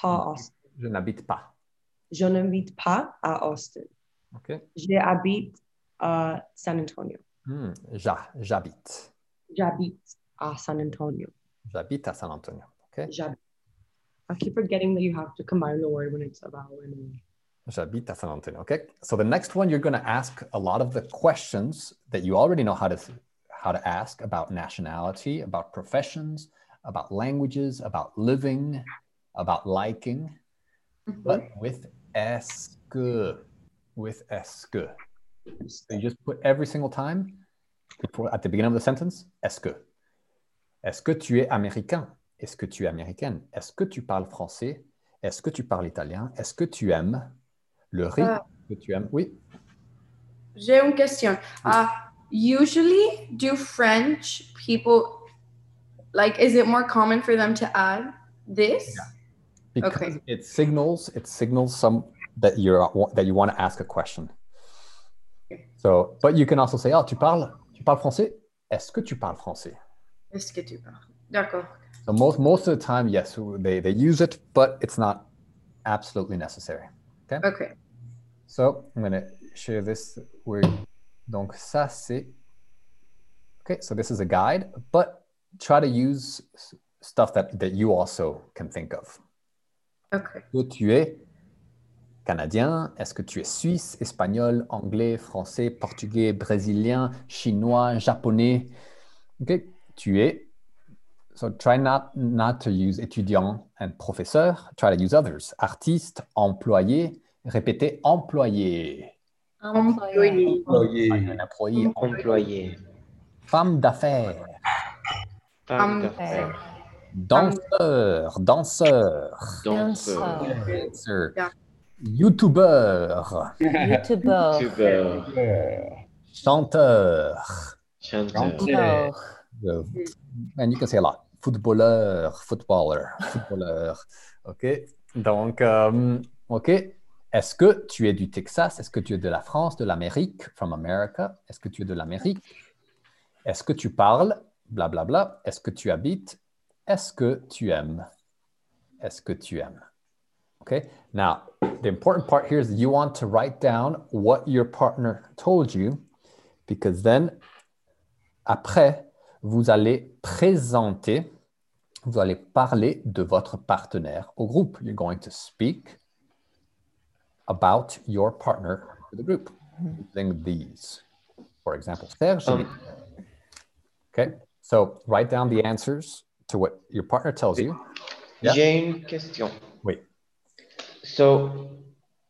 [SPEAKER 3] pas Austin.
[SPEAKER 1] Je n'habite pas.
[SPEAKER 3] Je n'habite pas à Austin.
[SPEAKER 1] OK.
[SPEAKER 3] J'habite à San Antonio.
[SPEAKER 1] Hmm, j'a- j'habite.
[SPEAKER 3] J'habite à San Antonio.
[SPEAKER 1] J'habite à San Antonio. OK.
[SPEAKER 3] J'habite. I keep forgetting that you have to combine the word when it's about women.
[SPEAKER 1] J'habite à San Antonio. Okay. So the next one, you're going to ask a lot of the questions that you already know how to how to ask about nationality, about professions, about languages, about living, about liking, but with est-ce que, with est-ce que. So you just put every single time before at the beginning of the sentence, est-ce que. Est-ce que tu es américain? Est-ce que tu es américaine? Est-ce que tu parles français? Est-ce que tu parles italien? Est-ce que tu aimes le riz
[SPEAKER 2] Ah.
[SPEAKER 1] que tu aimes? Oui,
[SPEAKER 2] J'ai une question. Ah, usually, do French people, like, is it more common for them to add this?
[SPEAKER 1] because
[SPEAKER 2] Okay.
[SPEAKER 1] it signals it signals some that you're that you want to ask a question. So, but you can also say, oh, tu parles tu parles français? Est-ce que tu parles français?
[SPEAKER 2] Est-ce que tu parles? D'accord.
[SPEAKER 1] So most most of the time, yes, they they use it, but it's not absolutely necessary.
[SPEAKER 2] OK.
[SPEAKER 1] So I'm gonna share this where donc ça c'est okay. So this is a guide, but try to use s- stuff that that you also can think of.
[SPEAKER 2] OK.
[SPEAKER 1] Est-ce que tu es canadien? Est-ce que tu es suisse, espagnol, anglais, français, portugais, brésilien, chinois, japonais? Ok, Tu es. So try not, not to use étudiant and professeur. Try to use others. Artiste, employé. Répétez employé.
[SPEAKER 2] Oh
[SPEAKER 4] Employé.
[SPEAKER 5] Employé.
[SPEAKER 1] Un employé.
[SPEAKER 6] Employé.
[SPEAKER 1] Femme d'affaires.
[SPEAKER 6] Femme
[SPEAKER 2] Femme
[SPEAKER 6] d'affaires.
[SPEAKER 1] Danseur. Danseur.
[SPEAKER 6] Danseur.
[SPEAKER 1] Dancer.
[SPEAKER 2] Yeah.
[SPEAKER 1] YouTubeur.
[SPEAKER 4] YouTubeur.
[SPEAKER 6] Youtubeur.
[SPEAKER 5] Euh,
[SPEAKER 1] Chanteur.
[SPEAKER 6] Chanteur.
[SPEAKER 4] Youtubeur.
[SPEAKER 1] Uh, and you can say a lot. Footballeur, footballer, footballeur. OK? Donc, euh, OK. Est-ce que tu es du Texas? Est-ce que tu es de la France, de l'Amérique, from America? Est-ce que tu es de l'Amérique? Est-ce que tu parles? Blablabla. Est-ce que tu habites? Est-ce que tu aimes? Est-ce que tu aimes? OK? Now, the important part here is you want to write down what your partner told you because then, après, vous allez présenter, vous allez parler de votre partenaire au groupe. You're going to speak about your partner to the group using these. For example, Serge.
[SPEAKER 6] Um,
[SPEAKER 1] okay, so write down the answers to what your partner tells you. Yeah.
[SPEAKER 6] J'ai une question.
[SPEAKER 1] Oui.
[SPEAKER 6] So,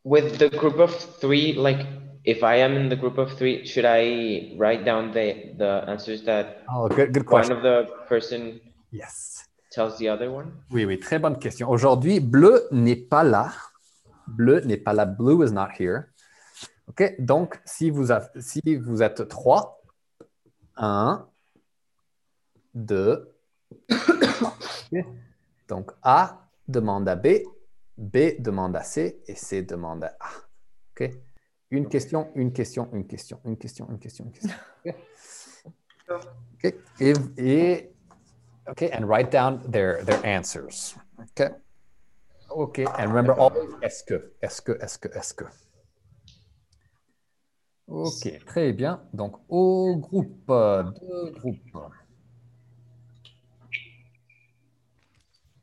[SPEAKER 6] with the group of three, like if I am in the group of three, should I write down the the answers that
[SPEAKER 1] Oh, good, good
[SPEAKER 6] one
[SPEAKER 1] question.
[SPEAKER 6] of the person
[SPEAKER 1] Yes.
[SPEAKER 6] tells the other one?
[SPEAKER 1] Oui, oui, très bonne question. Aujourd'hui, bleu n'est pas là. Bleu n'est pas là. Blue is not here. OK, donc si vous, avez- si vous êtes trois, un, deux, trois. OK. donc A demande à B, B demande à C et C demande à A. OK, une question, une question, une question, une question, une question, une question. OK, OK. et, et Okay, and write down their their answers. Okay. Okay, and remember always est-ce que, est-ce que, est-ce que, est-ce que. Ok, très bien. Donc, au groupe, euh, deux groupes.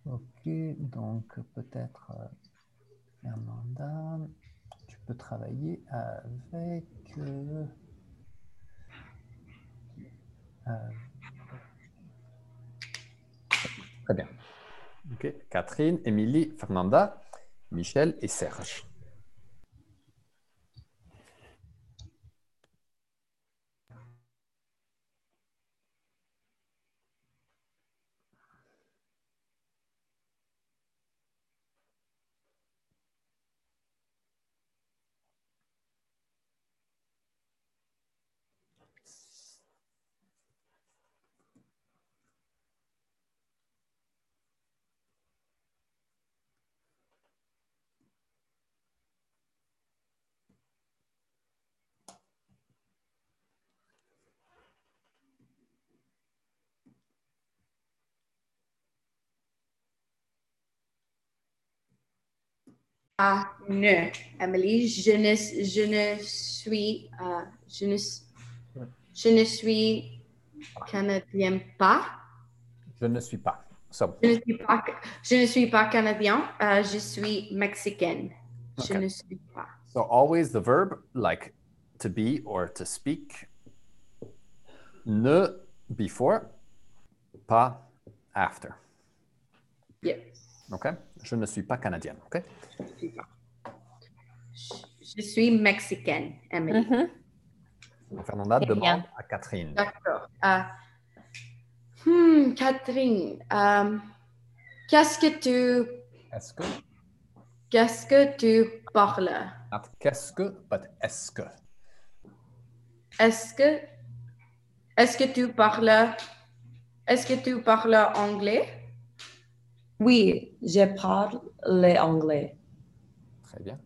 [SPEAKER 1] Ok, donc peut-être euh, Amanda, tu peux travailler avec. euh, euh, Très bien. Ok. Catherine, Émilie, Fernanda, Michel et Serge.
[SPEAKER 2] Ah, non. Emily, je ne, je ne suis, ah, je ne, je ne suis canadien pas.
[SPEAKER 1] Je ne suis pas. So,
[SPEAKER 2] Je ne suis pas, je ne suis pas canadien. ah, je suis mexicaine. Je
[SPEAKER 1] Ok.
[SPEAKER 2] ne suis pas.
[SPEAKER 1] so always the verb like to be or to speak. Ne before, pas after.
[SPEAKER 2] Yes.
[SPEAKER 1] OK? Je ne suis pas canadienne. OK?
[SPEAKER 2] Je, je suis mexicaine, Emily.
[SPEAKER 4] Mhm.
[SPEAKER 1] Fernanda
[SPEAKER 4] Très
[SPEAKER 1] demande
[SPEAKER 4] bien.
[SPEAKER 1] à Catherine.
[SPEAKER 2] D'accord. Ah. hmm, Catherine, euh, qu'est-ce que tu,
[SPEAKER 1] Est-ce que?
[SPEAKER 2] qu'est-ce que tu parles?
[SPEAKER 1] Not qu'est-ce que, but est-ce que.
[SPEAKER 2] Est-ce que, est-ce que tu parles, est-ce que tu parles anglais?
[SPEAKER 3] Oui, je parle l'anglais.
[SPEAKER 1] Très bien.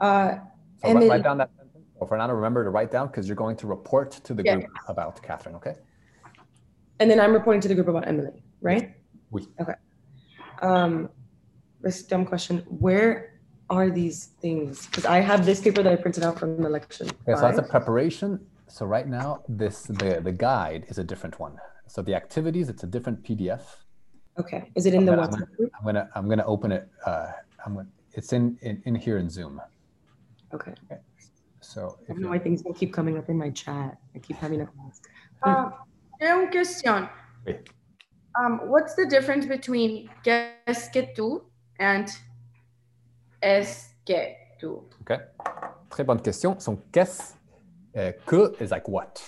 [SPEAKER 3] Uh,
[SPEAKER 1] So write, write
[SPEAKER 3] Emily.
[SPEAKER 1] down that sentence. Well, Fernanda, remember to write down because you're going to report to the
[SPEAKER 2] Yeah.
[SPEAKER 1] group about Catherine, okay?
[SPEAKER 3] and then I'm reporting to the group about Emily, right?
[SPEAKER 1] Oui.
[SPEAKER 3] Okay. Um, this dumb question. Where are these things? Because I have this paper that I printed out from the election.
[SPEAKER 1] Okay, so that's a
[SPEAKER 3] Five.
[SPEAKER 1] preparation. So right now, this the the guide is a different one. So the activities, it's a different PDF.
[SPEAKER 3] okay. Is it in the
[SPEAKER 1] Okay, I'm
[SPEAKER 3] WhatsApp group?
[SPEAKER 1] I'm gonna I'm gonna open it. Uh, I'm gonna, it's in, in in here in Zoom.
[SPEAKER 3] Okay.
[SPEAKER 1] So
[SPEAKER 3] I
[SPEAKER 1] if
[SPEAKER 3] don't know
[SPEAKER 1] you,
[SPEAKER 3] why things don't keep coming up in my chat. I keep having to ask.
[SPEAKER 2] Ah, j'ai une question.
[SPEAKER 1] Oui.
[SPEAKER 2] Um, what's the difference between qu'est-ce que tu and est-ce que tu?
[SPEAKER 1] okay, très bonne question. So qu'est-ce uh, que is like what?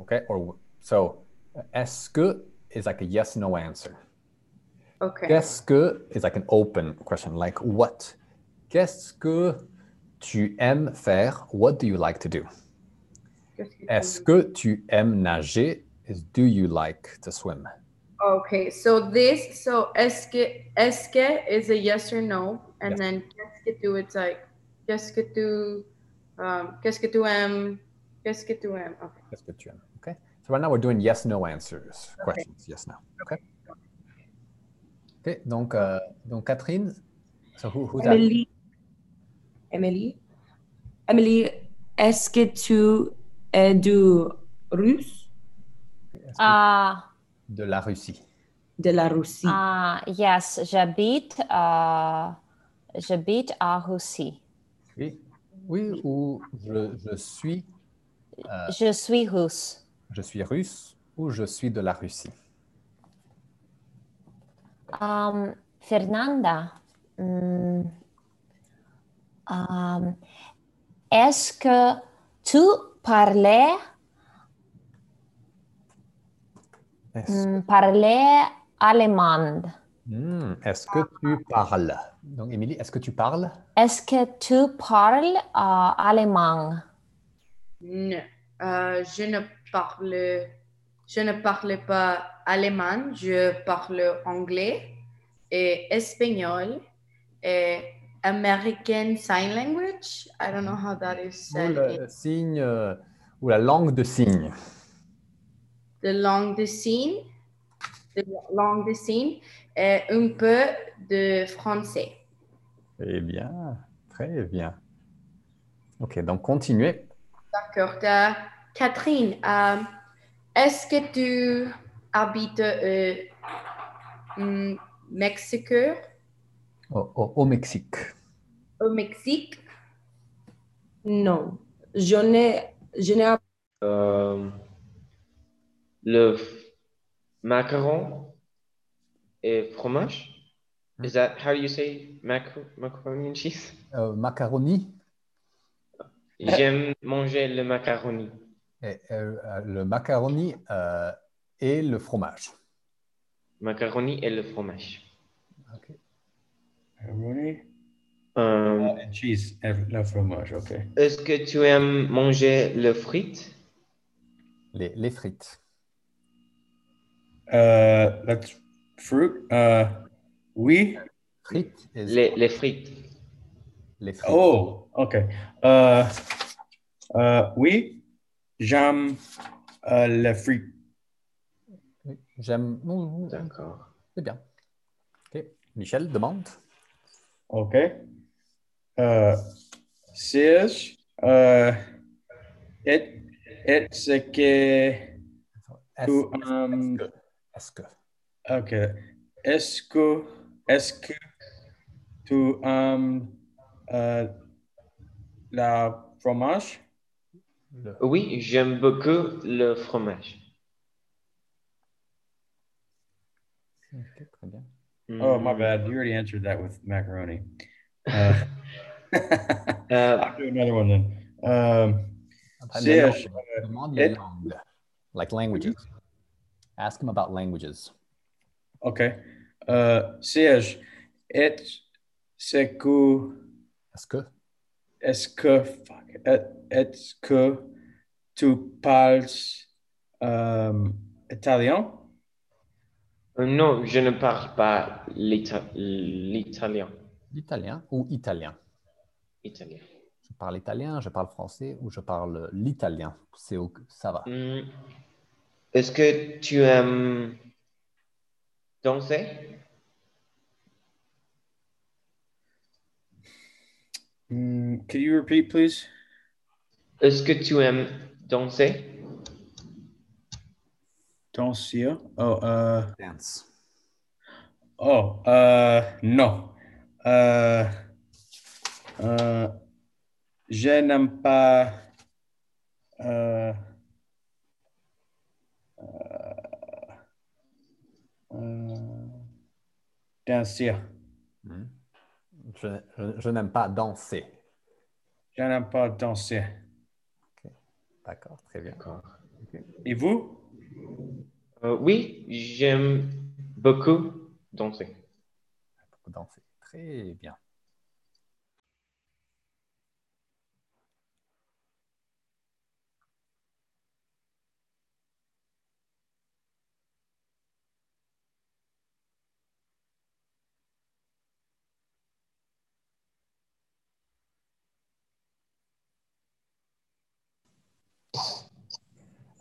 [SPEAKER 1] Okay, or w- so uh, est-ce que is like a yes no answer.
[SPEAKER 2] Okay.
[SPEAKER 1] Qu'est-ce que is like an open question, like what? Qu'est-ce que tu aimes faire? What do you like to do?
[SPEAKER 2] Qu'est-ce que tu-
[SPEAKER 1] Est-ce que tu aimes nager? Is do you like to swim?
[SPEAKER 2] Okay, so this, so est-ce que, est-ce que is a yes or no, and
[SPEAKER 1] Yes.
[SPEAKER 2] then qu'est-ce que tu, it's like, qu'est-ce que tu, um, qu'est-ce que tu aimes, qu'est-ce que tu aimes, okay.
[SPEAKER 1] That's good, Jim. Okay. So right now we're doing yes, no answers, questions, yes, no. Okay. Okay. Donc, euh, donc Catherine. So who, who's that?
[SPEAKER 3] Emily. Emily. Emily, Est-ce que tu es du russe?
[SPEAKER 1] Est-ce que-
[SPEAKER 4] Ah,
[SPEAKER 1] de la Russie.
[SPEAKER 3] De la Russie.
[SPEAKER 4] ah, yes, uh, j'habite à, j'habite à Russie.
[SPEAKER 1] Oui, oui ou je, je suis,
[SPEAKER 4] Je suis russe.
[SPEAKER 1] je suis russe ou je suis de la Russie.
[SPEAKER 4] Um, Fernanda, mm, um, est-ce que tu parlais,
[SPEAKER 1] Est-ce
[SPEAKER 4] mm, parlais allemand?
[SPEAKER 1] Hmm, est-ce que tu parles? Donc, Émilie, est-ce que tu parles?
[SPEAKER 4] Est-ce que tu parles euh, allemand?
[SPEAKER 2] Non. Euh, je ne parle, je ne parle pas allemand. Je parle anglais et espagnol et American Sign Language. I don't know how that is
[SPEAKER 1] Ou
[SPEAKER 2] said. in-
[SPEAKER 1] le signe euh, ou la langue de signes.
[SPEAKER 2] The langue de signe, the langue de signe et un peu de français.
[SPEAKER 1] Eh bien, très bien. Ok, donc continuez.
[SPEAKER 2] D'accord. Euh, Catherine, euh, est-ce que tu habites euh, hmm, Mexique?
[SPEAKER 1] Au, au- au Mexique.
[SPEAKER 2] au Mexique.
[SPEAKER 3] Non. Je n'ai, je n'ai
[SPEAKER 6] Euh, le f- macaron et fromage. Is that how you say mac macaroni and cheese?
[SPEAKER 1] Euh, macaroni,
[SPEAKER 6] J'aime manger le macaroni.
[SPEAKER 1] et, euh, euh, le macaroni euh, et le fromage.
[SPEAKER 6] Macaroni et le fromage.
[SPEAKER 1] Ok.
[SPEAKER 5] Macaroni
[SPEAKER 6] Euh,
[SPEAKER 5] and cheese and le fromage, okay.
[SPEAKER 6] Est-ce que tu aimes manger le frites?
[SPEAKER 1] Les, les frites.
[SPEAKER 5] Uh, that's fruit. Uh, oui.
[SPEAKER 1] Frites et
[SPEAKER 6] Les, les frites.
[SPEAKER 1] les frites.
[SPEAKER 5] Oh, okay. Uh, uh, oui. J'aime uh, le fruit.
[SPEAKER 1] Oui, J'aime. Ouh, ouh, ouh,
[SPEAKER 6] D'accord.
[SPEAKER 1] C'est bien. Ok. Michel demande.
[SPEAKER 5] Okay. Uh, Serge, uh, est, est-ce que
[SPEAKER 1] Est-ce
[SPEAKER 5] tu um,
[SPEAKER 1] que- est-ce que.
[SPEAKER 5] Okay. Est-ce que, est-ce que tu aimes euh, la fromage?
[SPEAKER 1] le-
[SPEAKER 6] Oui, j'aime beaucoup le fromage.
[SPEAKER 1] Ok, très bien.
[SPEAKER 5] Oh, my
[SPEAKER 6] Mm.
[SPEAKER 5] bad. You already answered that with macaroni. Uh,
[SPEAKER 6] Euh,
[SPEAKER 5] I'll do another one then. Um,
[SPEAKER 1] Après, les
[SPEAKER 5] Serge,
[SPEAKER 1] langues. Demande les
[SPEAKER 5] et-
[SPEAKER 1] langues. Like languages. Ask him about languages.
[SPEAKER 5] okay. Uh, Serge, est-ce que,
[SPEAKER 1] Est-ce que.
[SPEAKER 5] est-ce que, fuck, est- est-ce que tu parles um, italien?
[SPEAKER 6] non, je ne parle pas l'ita- l'italien.
[SPEAKER 1] L'italien ou italien.
[SPEAKER 6] Italien.
[SPEAKER 1] Je parle italien, je parle français ou je parle l'italien. C'est au- ça va.
[SPEAKER 6] Mm. Est-ce que tu aimes danser?
[SPEAKER 5] Mm, could you repeat, please?
[SPEAKER 6] Est-ce que tu aimes danser?
[SPEAKER 5] Don't see her. Oh, uh,
[SPEAKER 1] Dance.
[SPEAKER 5] oh, uh, no. Uh, uh, je n'aime pas. Uh, euh, uh, uh, danser.
[SPEAKER 1] Hmm. Je, je- je n'aime pas danser.
[SPEAKER 5] Je n'aime pas danser.
[SPEAKER 1] D'accord, très bien.
[SPEAKER 5] Et vous?
[SPEAKER 6] Euh, oui, j'aime beaucoup danser.
[SPEAKER 1] Danser. Très bien.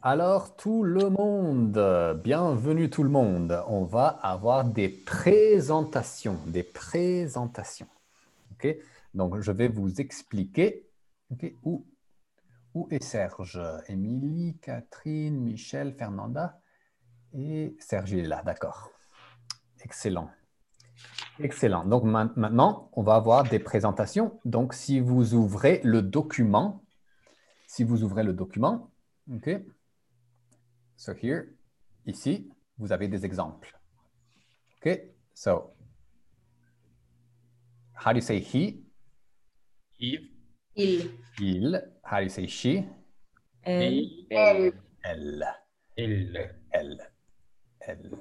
[SPEAKER 1] Alors, tout le monde, bienvenue tout le monde. On va avoir des présentations, des présentations. OK? Donc, je vais vous expliquer OK, où, Où est Serge? Émilie, Catherine, Michel, Fernanda et Serge il est là, d'accord. Excellent. Excellent. Donc ma- maintenant, on va avoir des présentations. Donc si vous ouvrez le document, si vous ouvrez le document, OK? So here, ici, vous avez des exemples. OK? So, how do you say he?
[SPEAKER 5] Eve,
[SPEAKER 2] Il.
[SPEAKER 1] Il. How do you say she?
[SPEAKER 3] And
[SPEAKER 5] he,
[SPEAKER 6] El.
[SPEAKER 1] Elle.
[SPEAKER 5] il.
[SPEAKER 1] Elle. Elle.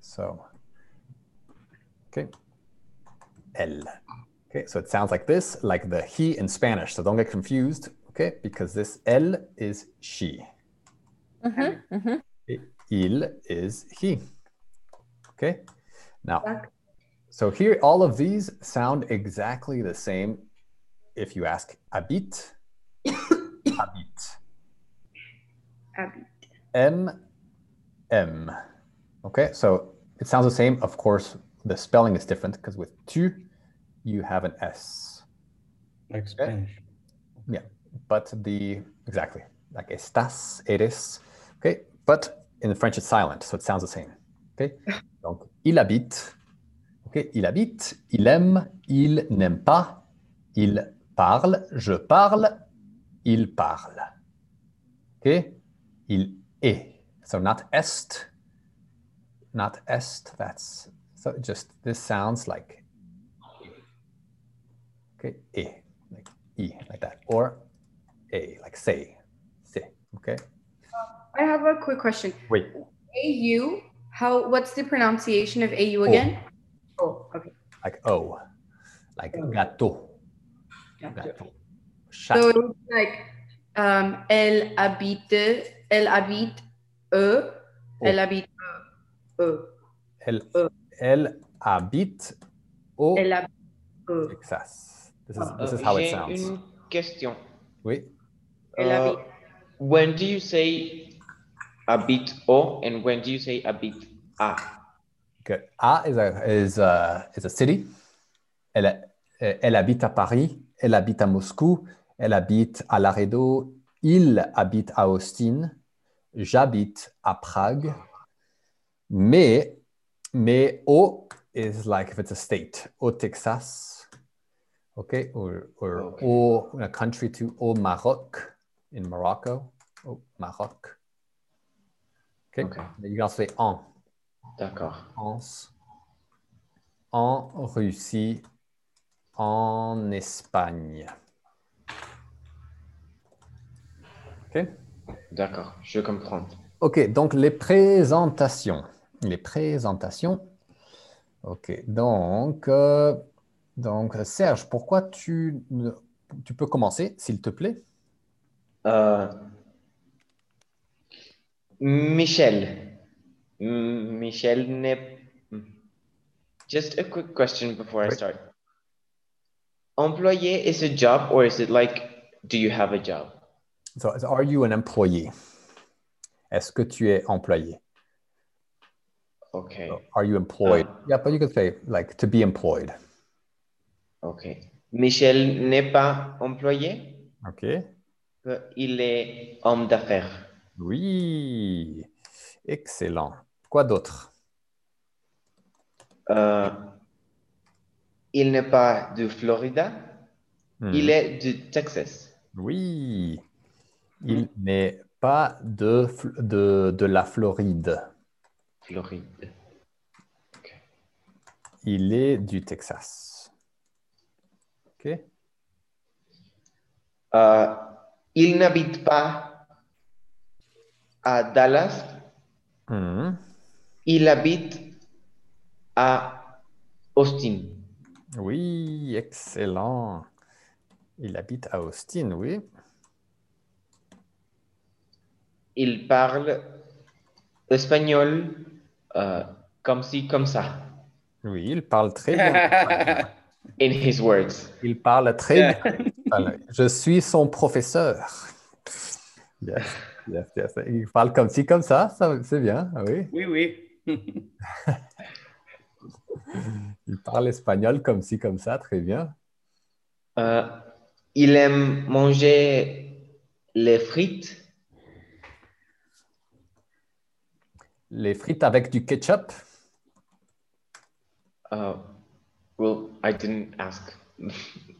[SPEAKER 1] So, okay. Elle. Okay, so it sounds like this, like the he in Spanish. So don't get confused, okay? Because this el is she.
[SPEAKER 4] Mhm, mhm.
[SPEAKER 1] Il is he. Okay. Now,
[SPEAKER 2] Exact-
[SPEAKER 1] so here, all of these sound exactly the same if you ask habite, habite,
[SPEAKER 2] Habite.
[SPEAKER 1] M, M. Okay. So it sounds the same. Of course, the spelling is different because with tu, you have an S.
[SPEAKER 5] Like Spanish.
[SPEAKER 1] But the, exactly, like estás, eres. Okay. But in French, it's silent. So it sounds the same. Okay. Donc, il habite. OK, il habite, il aime, il n'aime pas, il parle, je parle, il parle. OK? Il est. So not est. Not est, that's so just this sounds like Okay, e, like e, like that. Or a, like say. Say. Okay?
[SPEAKER 2] I have a quick question.
[SPEAKER 1] Wait.
[SPEAKER 2] AU, how what's the pronunciation of AU again? Oh, okay.
[SPEAKER 1] Like o. Like
[SPEAKER 6] Oh.
[SPEAKER 1] gâteau. Gâteau.
[SPEAKER 2] So
[SPEAKER 1] Chat.
[SPEAKER 2] it would be like um El habite El habite E El habite E
[SPEAKER 1] Elle,
[SPEAKER 2] Euh.
[SPEAKER 1] elle habite au
[SPEAKER 2] El habite E
[SPEAKER 1] Texas. This is,
[SPEAKER 6] Uh,
[SPEAKER 1] this is how it
[SPEAKER 6] j'ai
[SPEAKER 1] sounds.
[SPEAKER 6] une question.
[SPEAKER 1] Oui.
[SPEAKER 2] El
[SPEAKER 6] Uh,
[SPEAKER 2] habite
[SPEAKER 6] when do you say habite o and when do you say habite a?
[SPEAKER 1] Good. A is a, is a, is a city. Elle, euh, elle habite à Paris. Elle habite à Moscou. Elle habite à Laredo. Il habite à Austin. J'habite à Prague. Mais, mais au is like if it's a state. Au Texas. Okay. Or, or
[SPEAKER 6] Okay.
[SPEAKER 1] au, in a country to au Maroc. In Morocco. Au Maroc. Okay.
[SPEAKER 6] Okay.
[SPEAKER 1] You can also say en.
[SPEAKER 6] D'accord.
[SPEAKER 1] France, en Russie, en Espagne. OK.
[SPEAKER 6] D'accord. Je comprends.
[SPEAKER 1] OK, donc les présentations. Les présentations. OK, donc, euh, donc Serge, pourquoi tu, ne- tu peux commencer, s'il te plaît?
[SPEAKER 6] Euh, Michel. M- Michel n'est. Just a quick question before I
[SPEAKER 1] Right.
[SPEAKER 6] start. Employé is a job or is it like do you have a job?
[SPEAKER 1] So, so are you an employee? Est-ce que tu es employé?
[SPEAKER 6] Okay.
[SPEAKER 1] Are you employed?
[SPEAKER 6] Ah.
[SPEAKER 1] Yeah, but you could say like to be employed.
[SPEAKER 6] Okay. Michel n'est pas employé.
[SPEAKER 1] OK.
[SPEAKER 6] euh, Il est homme d'affaires.
[SPEAKER 1] Oui, excellent. Quoi d'autre?
[SPEAKER 6] Euh, il n'est pas de Florida.
[SPEAKER 1] Hmm,
[SPEAKER 6] Il est du Texas.
[SPEAKER 1] Oui, il n'est pas de, Fl- de, de la Floride,
[SPEAKER 6] Floride.
[SPEAKER 1] il est du Texas. OK?
[SPEAKER 6] Euh, il n'habite pas à Dallas,
[SPEAKER 1] Hmm,
[SPEAKER 6] il habite à Austin.
[SPEAKER 1] Oui, excellent. Il habite à Austin, oui.
[SPEAKER 6] Il parle espagnol euh, comme ci, comme ça.
[SPEAKER 1] Oui, il parle très bien.
[SPEAKER 6] In his words.
[SPEAKER 1] Il parle très bien. Voilà. Je suis son professeur. Yes, yes, yes. Il parle comme ci, comme ça, ça c'est bien, ah oui.
[SPEAKER 5] Oui, oui.
[SPEAKER 1] Il parle espagnol comme ci, comme ça, très bien.
[SPEAKER 6] Euh, il aime Uh, manger les frites,
[SPEAKER 1] Les frites avec du ketchup.
[SPEAKER 6] uh, well, I didn't ask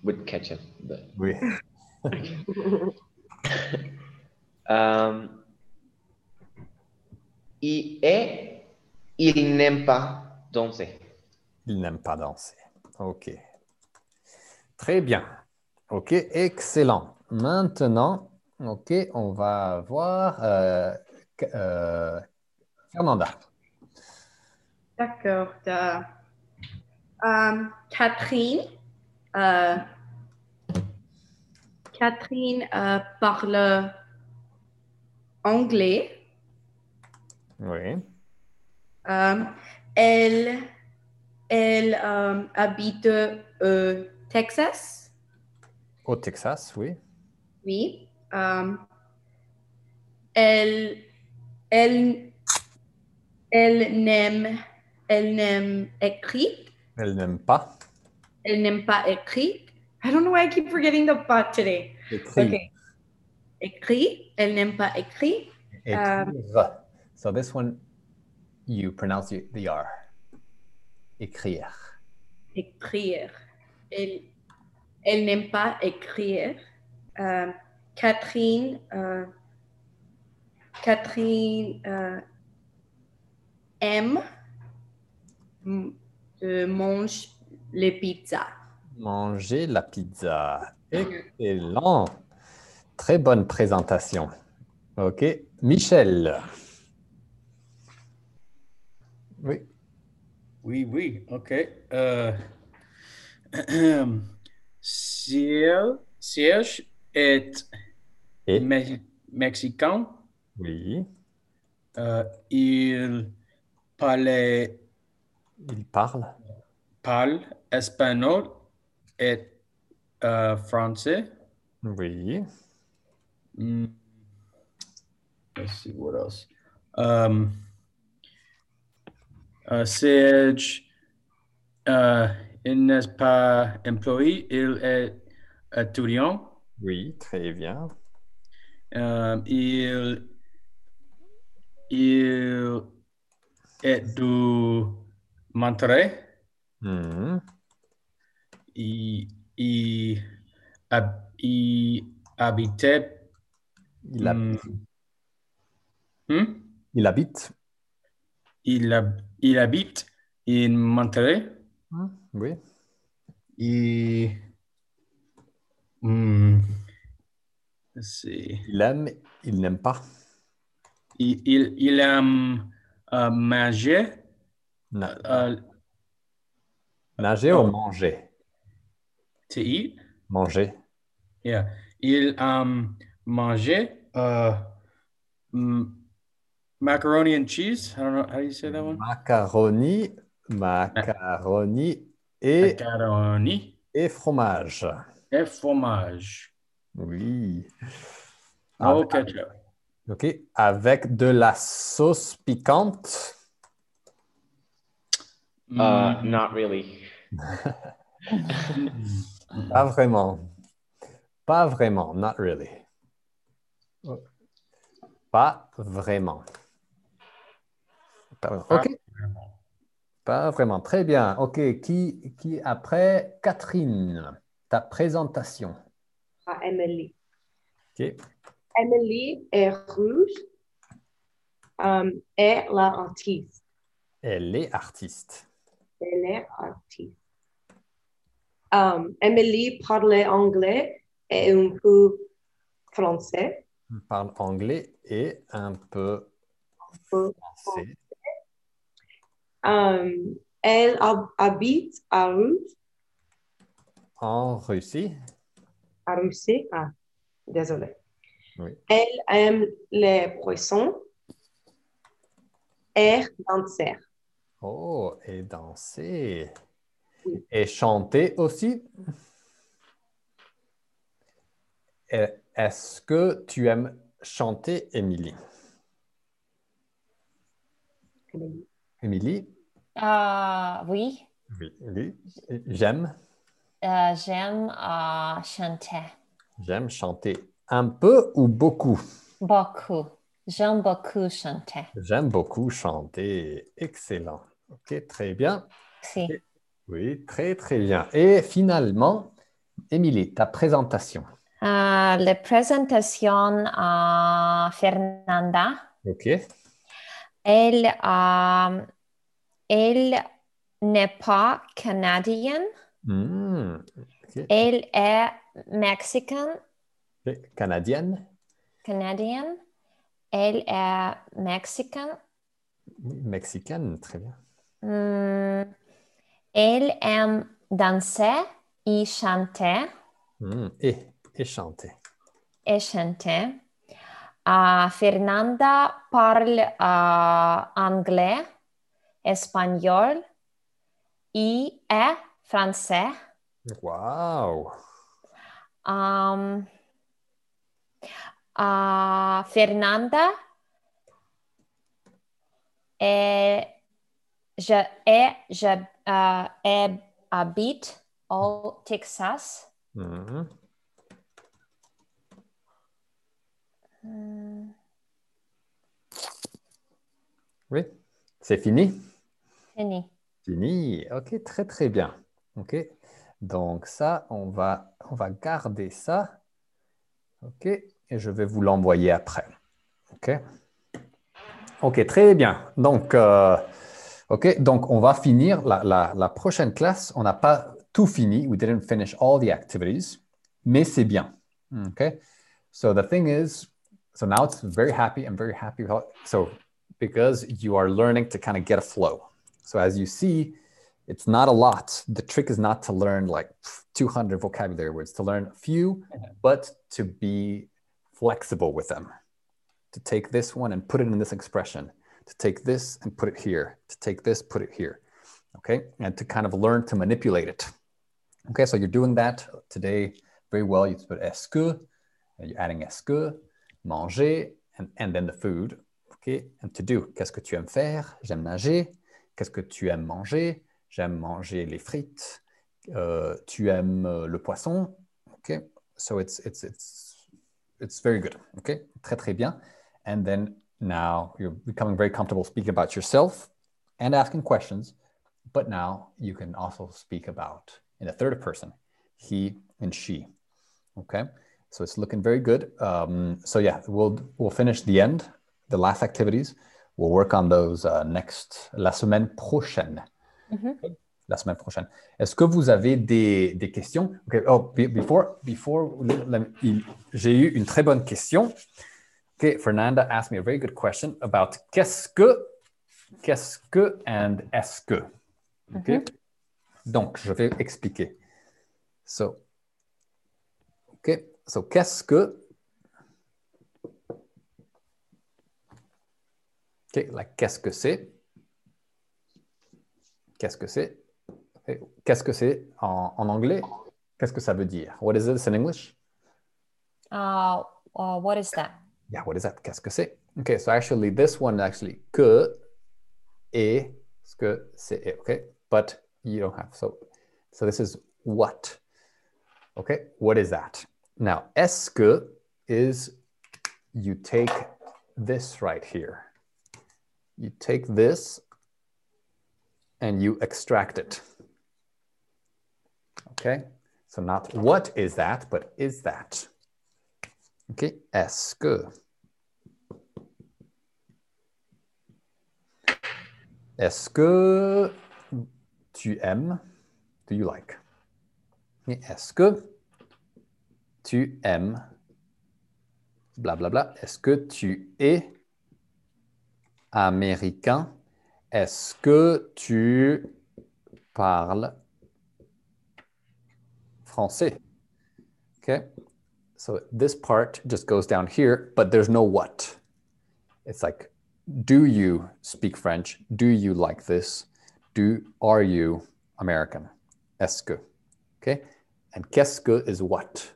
[SPEAKER 6] with ketchup, but
[SPEAKER 1] Oui.
[SPEAKER 6] um, y et il n'aime pas danser.
[SPEAKER 1] Il n'aime pas danser. OK. Très bien. OK, excellent. Maintenant, OK, on va voir euh, K- euh, Fernanda.
[SPEAKER 2] D'accord. da. Ähm, Catherine, äh, Catherine äh, parle anglais.
[SPEAKER 1] Oui.
[SPEAKER 2] Ähm, elle elle ähm, habite au Texas.
[SPEAKER 1] Au Texas, oui.
[SPEAKER 2] Oui. euh, elle, elle, elle n'aime, elle n'aime écrire.
[SPEAKER 1] Elle n'aime pas.
[SPEAKER 2] Elle n'aime pas écrire. I don't know why I keep forgetting the part today.
[SPEAKER 1] Écrire.
[SPEAKER 2] Okay. Écrire. Elle n'aime pas écrire.
[SPEAKER 1] Écrire. so this one, you pronounce the the R. Écrire.
[SPEAKER 2] Écrire. Elle, elle n'aime pas écrire. Euh, Catherine, euh, Catherine euh, aime m- euh, mange les pizzas.
[SPEAKER 1] Manger la pizza. Excellent. Très bonne présentation. OK. Michel. Oui.
[SPEAKER 5] Oui, oui, ok. Euh, Ciel- Serge est
[SPEAKER 1] Et?
[SPEAKER 5] me- mexicain.
[SPEAKER 1] Oui.
[SPEAKER 5] Euh, il parlait,
[SPEAKER 1] Il parle.
[SPEAKER 5] parle espagnol et euh, français.
[SPEAKER 1] Oui.
[SPEAKER 5] Hmm. Let's see what else. Um, uh, Serge uh, il n'est pas employé, il est étudiant.
[SPEAKER 1] Oui, très bien.
[SPEAKER 5] Um, il, il est du Monterrey.
[SPEAKER 1] Mhm.
[SPEAKER 5] Il, il, hab- il habitait.
[SPEAKER 1] Il, hab-
[SPEAKER 5] hmm, hmm?
[SPEAKER 1] il habite.
[SPEAKER 5] Il, hab- il habite en Monterrey.
[SPEAKER 1] Hmm, Oui.
[SPEAKER 5] Et... Hmm. Let's see.
[SPEAKER 1] Il aime. Il n'aime pas.
[SPEAKER 5] Il, il, il aime euh, manger.
[SPEAKER 1] Na-
[SPEAKER 5] euh,
[SPEAKER 1] nager ou manger?
[SPEAKER 5] to eat.
[SPEAKER 1] Manger.
[SPEAKER 5] Yeah. Il aime manger euh, mm, macaroni and cheese. I don't know how do you say that one.
[SPEAKER 1] Macaroni. Macaroni et,
[SPEAKER 5] Macaroni
[SPEAKER 1] et fromage.
[SPEAKER 5] et fromage.
[SPEAKER 1] Oui.
[SPEAKER 5] No
[SPEAKER 1] Avec-
[SPEAKER 5] ketchup.
[SPEAKER 1] OK. Avec de la sauce piquante.
[SPEAKER 6] Uh,
[SPEAKER 5] Mm,
[SPEAKER 6] not really.
[SPEAKER 1] Pas vraiment. Pas vraiment. Not really. Pas vraiment. Pas-
[SPEAKER 5] Pas
[SPEAKER 1] OK. Pas vraiment. Très bien. OK. Qui, qui après? Catherine, ta présentation.
[SPEAKER 3] Ah, Emily.
[SPEAKER 1] OK.
[SPEAKER 3] Emily est rouge um, et la artiste.
[SPEAKER 1] Elle est artiste.
[SPEAKER 3] Elle est artiste. Um, Emily parle anglais et un peu français.
[SPEAKER 1] Parle anglais et un peu
[SPEAKER 3] peu
[SPEAKER 1] français.
[SPEAKER 3] Um, elle hab- habite à Russie.
[SPEAKER 1] En Russie.
[SPEAKER 3] À Russie. Ah, désolé.
[SPEAKER 1] Oui.
[SPEAKER 3] Elle aime les poissons et danser.
[SPEAKER 1] Oh, et danser.
[SPEAKER 3] Oui.
[SPEAKER 1] Et chanter aussi. Et Est-ce que tu aimes chanter, Émilie?
[SPEAKER 3] Emily.
[SPEAKER 1] Émilie,
[SPEAKER 4] Ah oui,
[SPEAKER 1] oui, oui, j'aime,
[SPEAKER 4] euh, j'aime euh, chanter.
[SPEAKER 1] j'aime chanter. un peu ou beaucoup?
[SPEAKER 4] Beaucoup. J'aime beaucoup chanter.
[SPEAKER 1] J'aime beaucoup chanter. Excellent. Ok, très bien.
[SPEAKER 4] Si.
[SPEAKER 1] Oui, très très bien. Et finalement, Émilie, ta présentation.
[SPEAKER 4] Ah, la présentation à ah, Fernanda,
[SPEAKER 1] Ok,
[SPEAKER 4] elle, euh, elle n'est pas canadienne,
[SPEAKER 1] Hmm, ok.
[SPEAKER 4] elle est mexicaine,
[SPEAKER 1] Et Canadienne,
[SPEAKER 4] canadienne, elle est mexicaine,
[SPEAKER 1] Oui, mexicaine, très bien.
[SPEAKER 4] Hmm, elle aime danser et chanter.
[SPEAKER 1] Hmm, Et, et chanter.
[SPEAKER 4] et chanter. Ah, e Fernanda parle ah, anglais, espagnol et est français.
[SPEAKER 1] Wow.
[SPEAKER 4] Hum, ah, Fernanda et je, et je, ah, et habite au Texas.
[SPEAKER 1] Hmm,
[SPEAKER 4] Hmm.
[SPEAKER 1] Oui, c'est fini.
[SPEAKER 4] Fini.
[SPEAKER 1] Fini. Ok, très très bien. Ok. Donc ça, on va, on va garder ça. Ok. Et je vais vous l'envoyer après. Ok. Ok, très bien. Donc, euh, ok. Donc on va finir la, la- la prochaine classe. On n'a pas tout fini. We didn't finish all the activities, mais c'est bien. Ok. So the thing is, so now it's very happy. I'm very happy. with how- So because you are learning to kind of get a flow. So as you see, it's not a lot. The trick is not to learn like 200 vocabulary words, to learn a few, but to be flexible with them. To take this one and put it in this expression, to take this and put it here, to take this, put it here. Okay. And to kind of learn to manipulate it. Okay. So you're doing that today very well. You put est-ce que, and you're adding est-ce que, manger, and, and then the food. Okay. And to do. Qu'est-ce que tu aimes faire? J'aime nager. Qu'est-ce que tu aimes manger? J'aime manger les frites. Euh, tu aimes euh, le poisson? Okay. So it's, it's, it's, it's very good. Okay. Très, très bien. And then now you're becoming very comfortable speaking about yourself and asking questions. But now you can also speak about in the third person, he and she. Okay. So it's looking very good. Um, so yeah, we'll, we'll finish the end, the last activities. We'll work on those uh, next, la semaine prochaine.
[SPEAKER 4] Mhm.
[SPEAKER 1] La semaine prochaine. Est-ce que vous avez des, des questions? Okay. Oh, be- before, before, let me- il- j'ai eu une très bonne question. Okay, Fernanda asked me a very good question about qu'est-ce que, qu'est-ce que, and est-ce que. Okay. Donc, je vais expliquer. So, OK. So, qu'est-ce que. OK. Là, qu'est-ce que c'est? Qu'est-ce que c'est? Ok, Qu'est-ce que c'est en, en anglais? Qu'est-ce que ça veut dire? What is this in English?
[SPEAKER 4] Ah, ah, what is that?
[SPEAKER 1] Yeah, what is that? Qu'est-ce que c'est? OK. So, actually, this one, actually, que et ce que c'est. et, OK. But you don't have. So, so this is what. Okay, what is that? Now, esque is you take this right here. You take this and you extract it. Okay, so not what is that, but is that. Okay, esque. Est-ce que tu aimes? Do you like? Et Est-ce que tu aimes blablabla? Est-ce que tu es américain? Est-ce que tu parles français? Okay. So this part just goes down here, but there's no what. It's like, do you speak French? Do you like this? Do are you American? Est-ce que? Okay. And qu'est-ce que is what?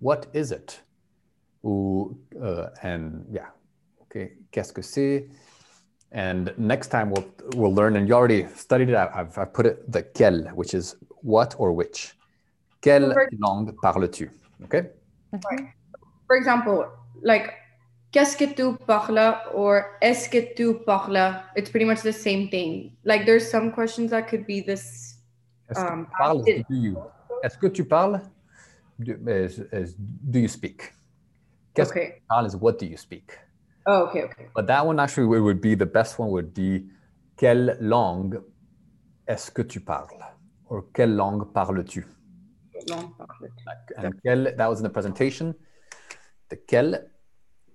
[SPEAKER 1] What is it? Ooh, uh, and yeah. Okay. Qu'est-ce que c'est? And next time we'll we'll learn, and you already studied it. I- I've, I've put it the quel, which is what or which. Quelle langue parles-tu? Okay.
[SPEAKER 2] For example, like, qu'est-ce que tu parles or est-ce que tu parles? It's pretty much the same thing. Like, there's some questions that could be this.
[SPEAKER 1] Est-ce que
[SPEAKER 2] Um,
[SPEAKER 1] tu parles?
[SPEAKER 2] I did.
[SPEAKER 1] Do you? Est-ce que tu parles? euh, Do, is- is- do you speak? Qu'est-ce que
[SPEAKER 2] Okay.
[SPEAKER 1] tu parles is what do you speak?
[SPEAKER 2] Oh, okay, okay.
[SPEAKER 1] But that one actually would- would be the best one would be quelle langue est-ce que tu parles? Or quelle langue parles-tu?
[SPEAKER 2] Long chocolate.
[SPEAKER 1] Like, and quel, that was in the presentation. The quel,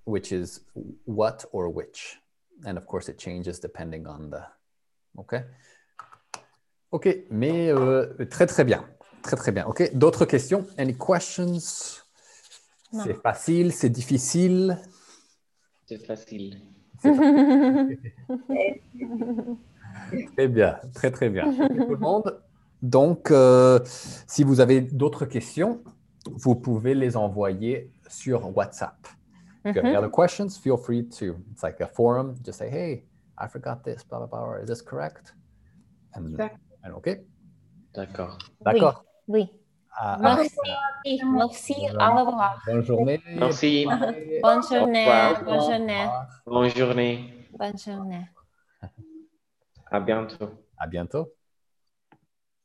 [SPEAKER 1] which is what or which. And of course, it changes depending on the. OK? OK, mais euh, très, très bien. Très, très bien. OK, d'autres questions? Any questions?
[SPEAKER 4] Non.
[SPEAKER 1] C'est facile, c'est difficile.
[SPEAKER 6] C'est facile.
[SPEAKER 1] Très bien, très, très bien. OK, Tout le monde. Donc, euh, si vous avez d'autres questions, vous pouvez les envoyer sur WhatsApp.
[SPEAKER 4] Mm-hmm.
[SPEAKER 1] If you have any other questions, feel free to. It's like a forum. Just say, hey, I forgot this, blah, blah, blah. or Is this correct? And,
[SPEAKER 2] Exact-
[SPEAKER 1] and OK.
[SPEAKER 6] D'accord.
[SPEAKER 1] D'accord.
[SPEAKER 4] Oui.
[SPEAKER 1] Ah, ah,
[SPEAKER 4] Merci. Merci. Au revoir.
[SPEAKER 1] bonne journée.
[SPEAKER 6] Merci.
[SPEAKER 4] Bonne journée.
[SPEAKER 6] Au revoir.
[SPEAKER 4] Bonne journée.
[SPEAKER 6] Bonne journée.
[SPEAKER 4] Bonne journée.
[SPEAKER 6] À bientôt.
[SPEAKER 1] À bientôt.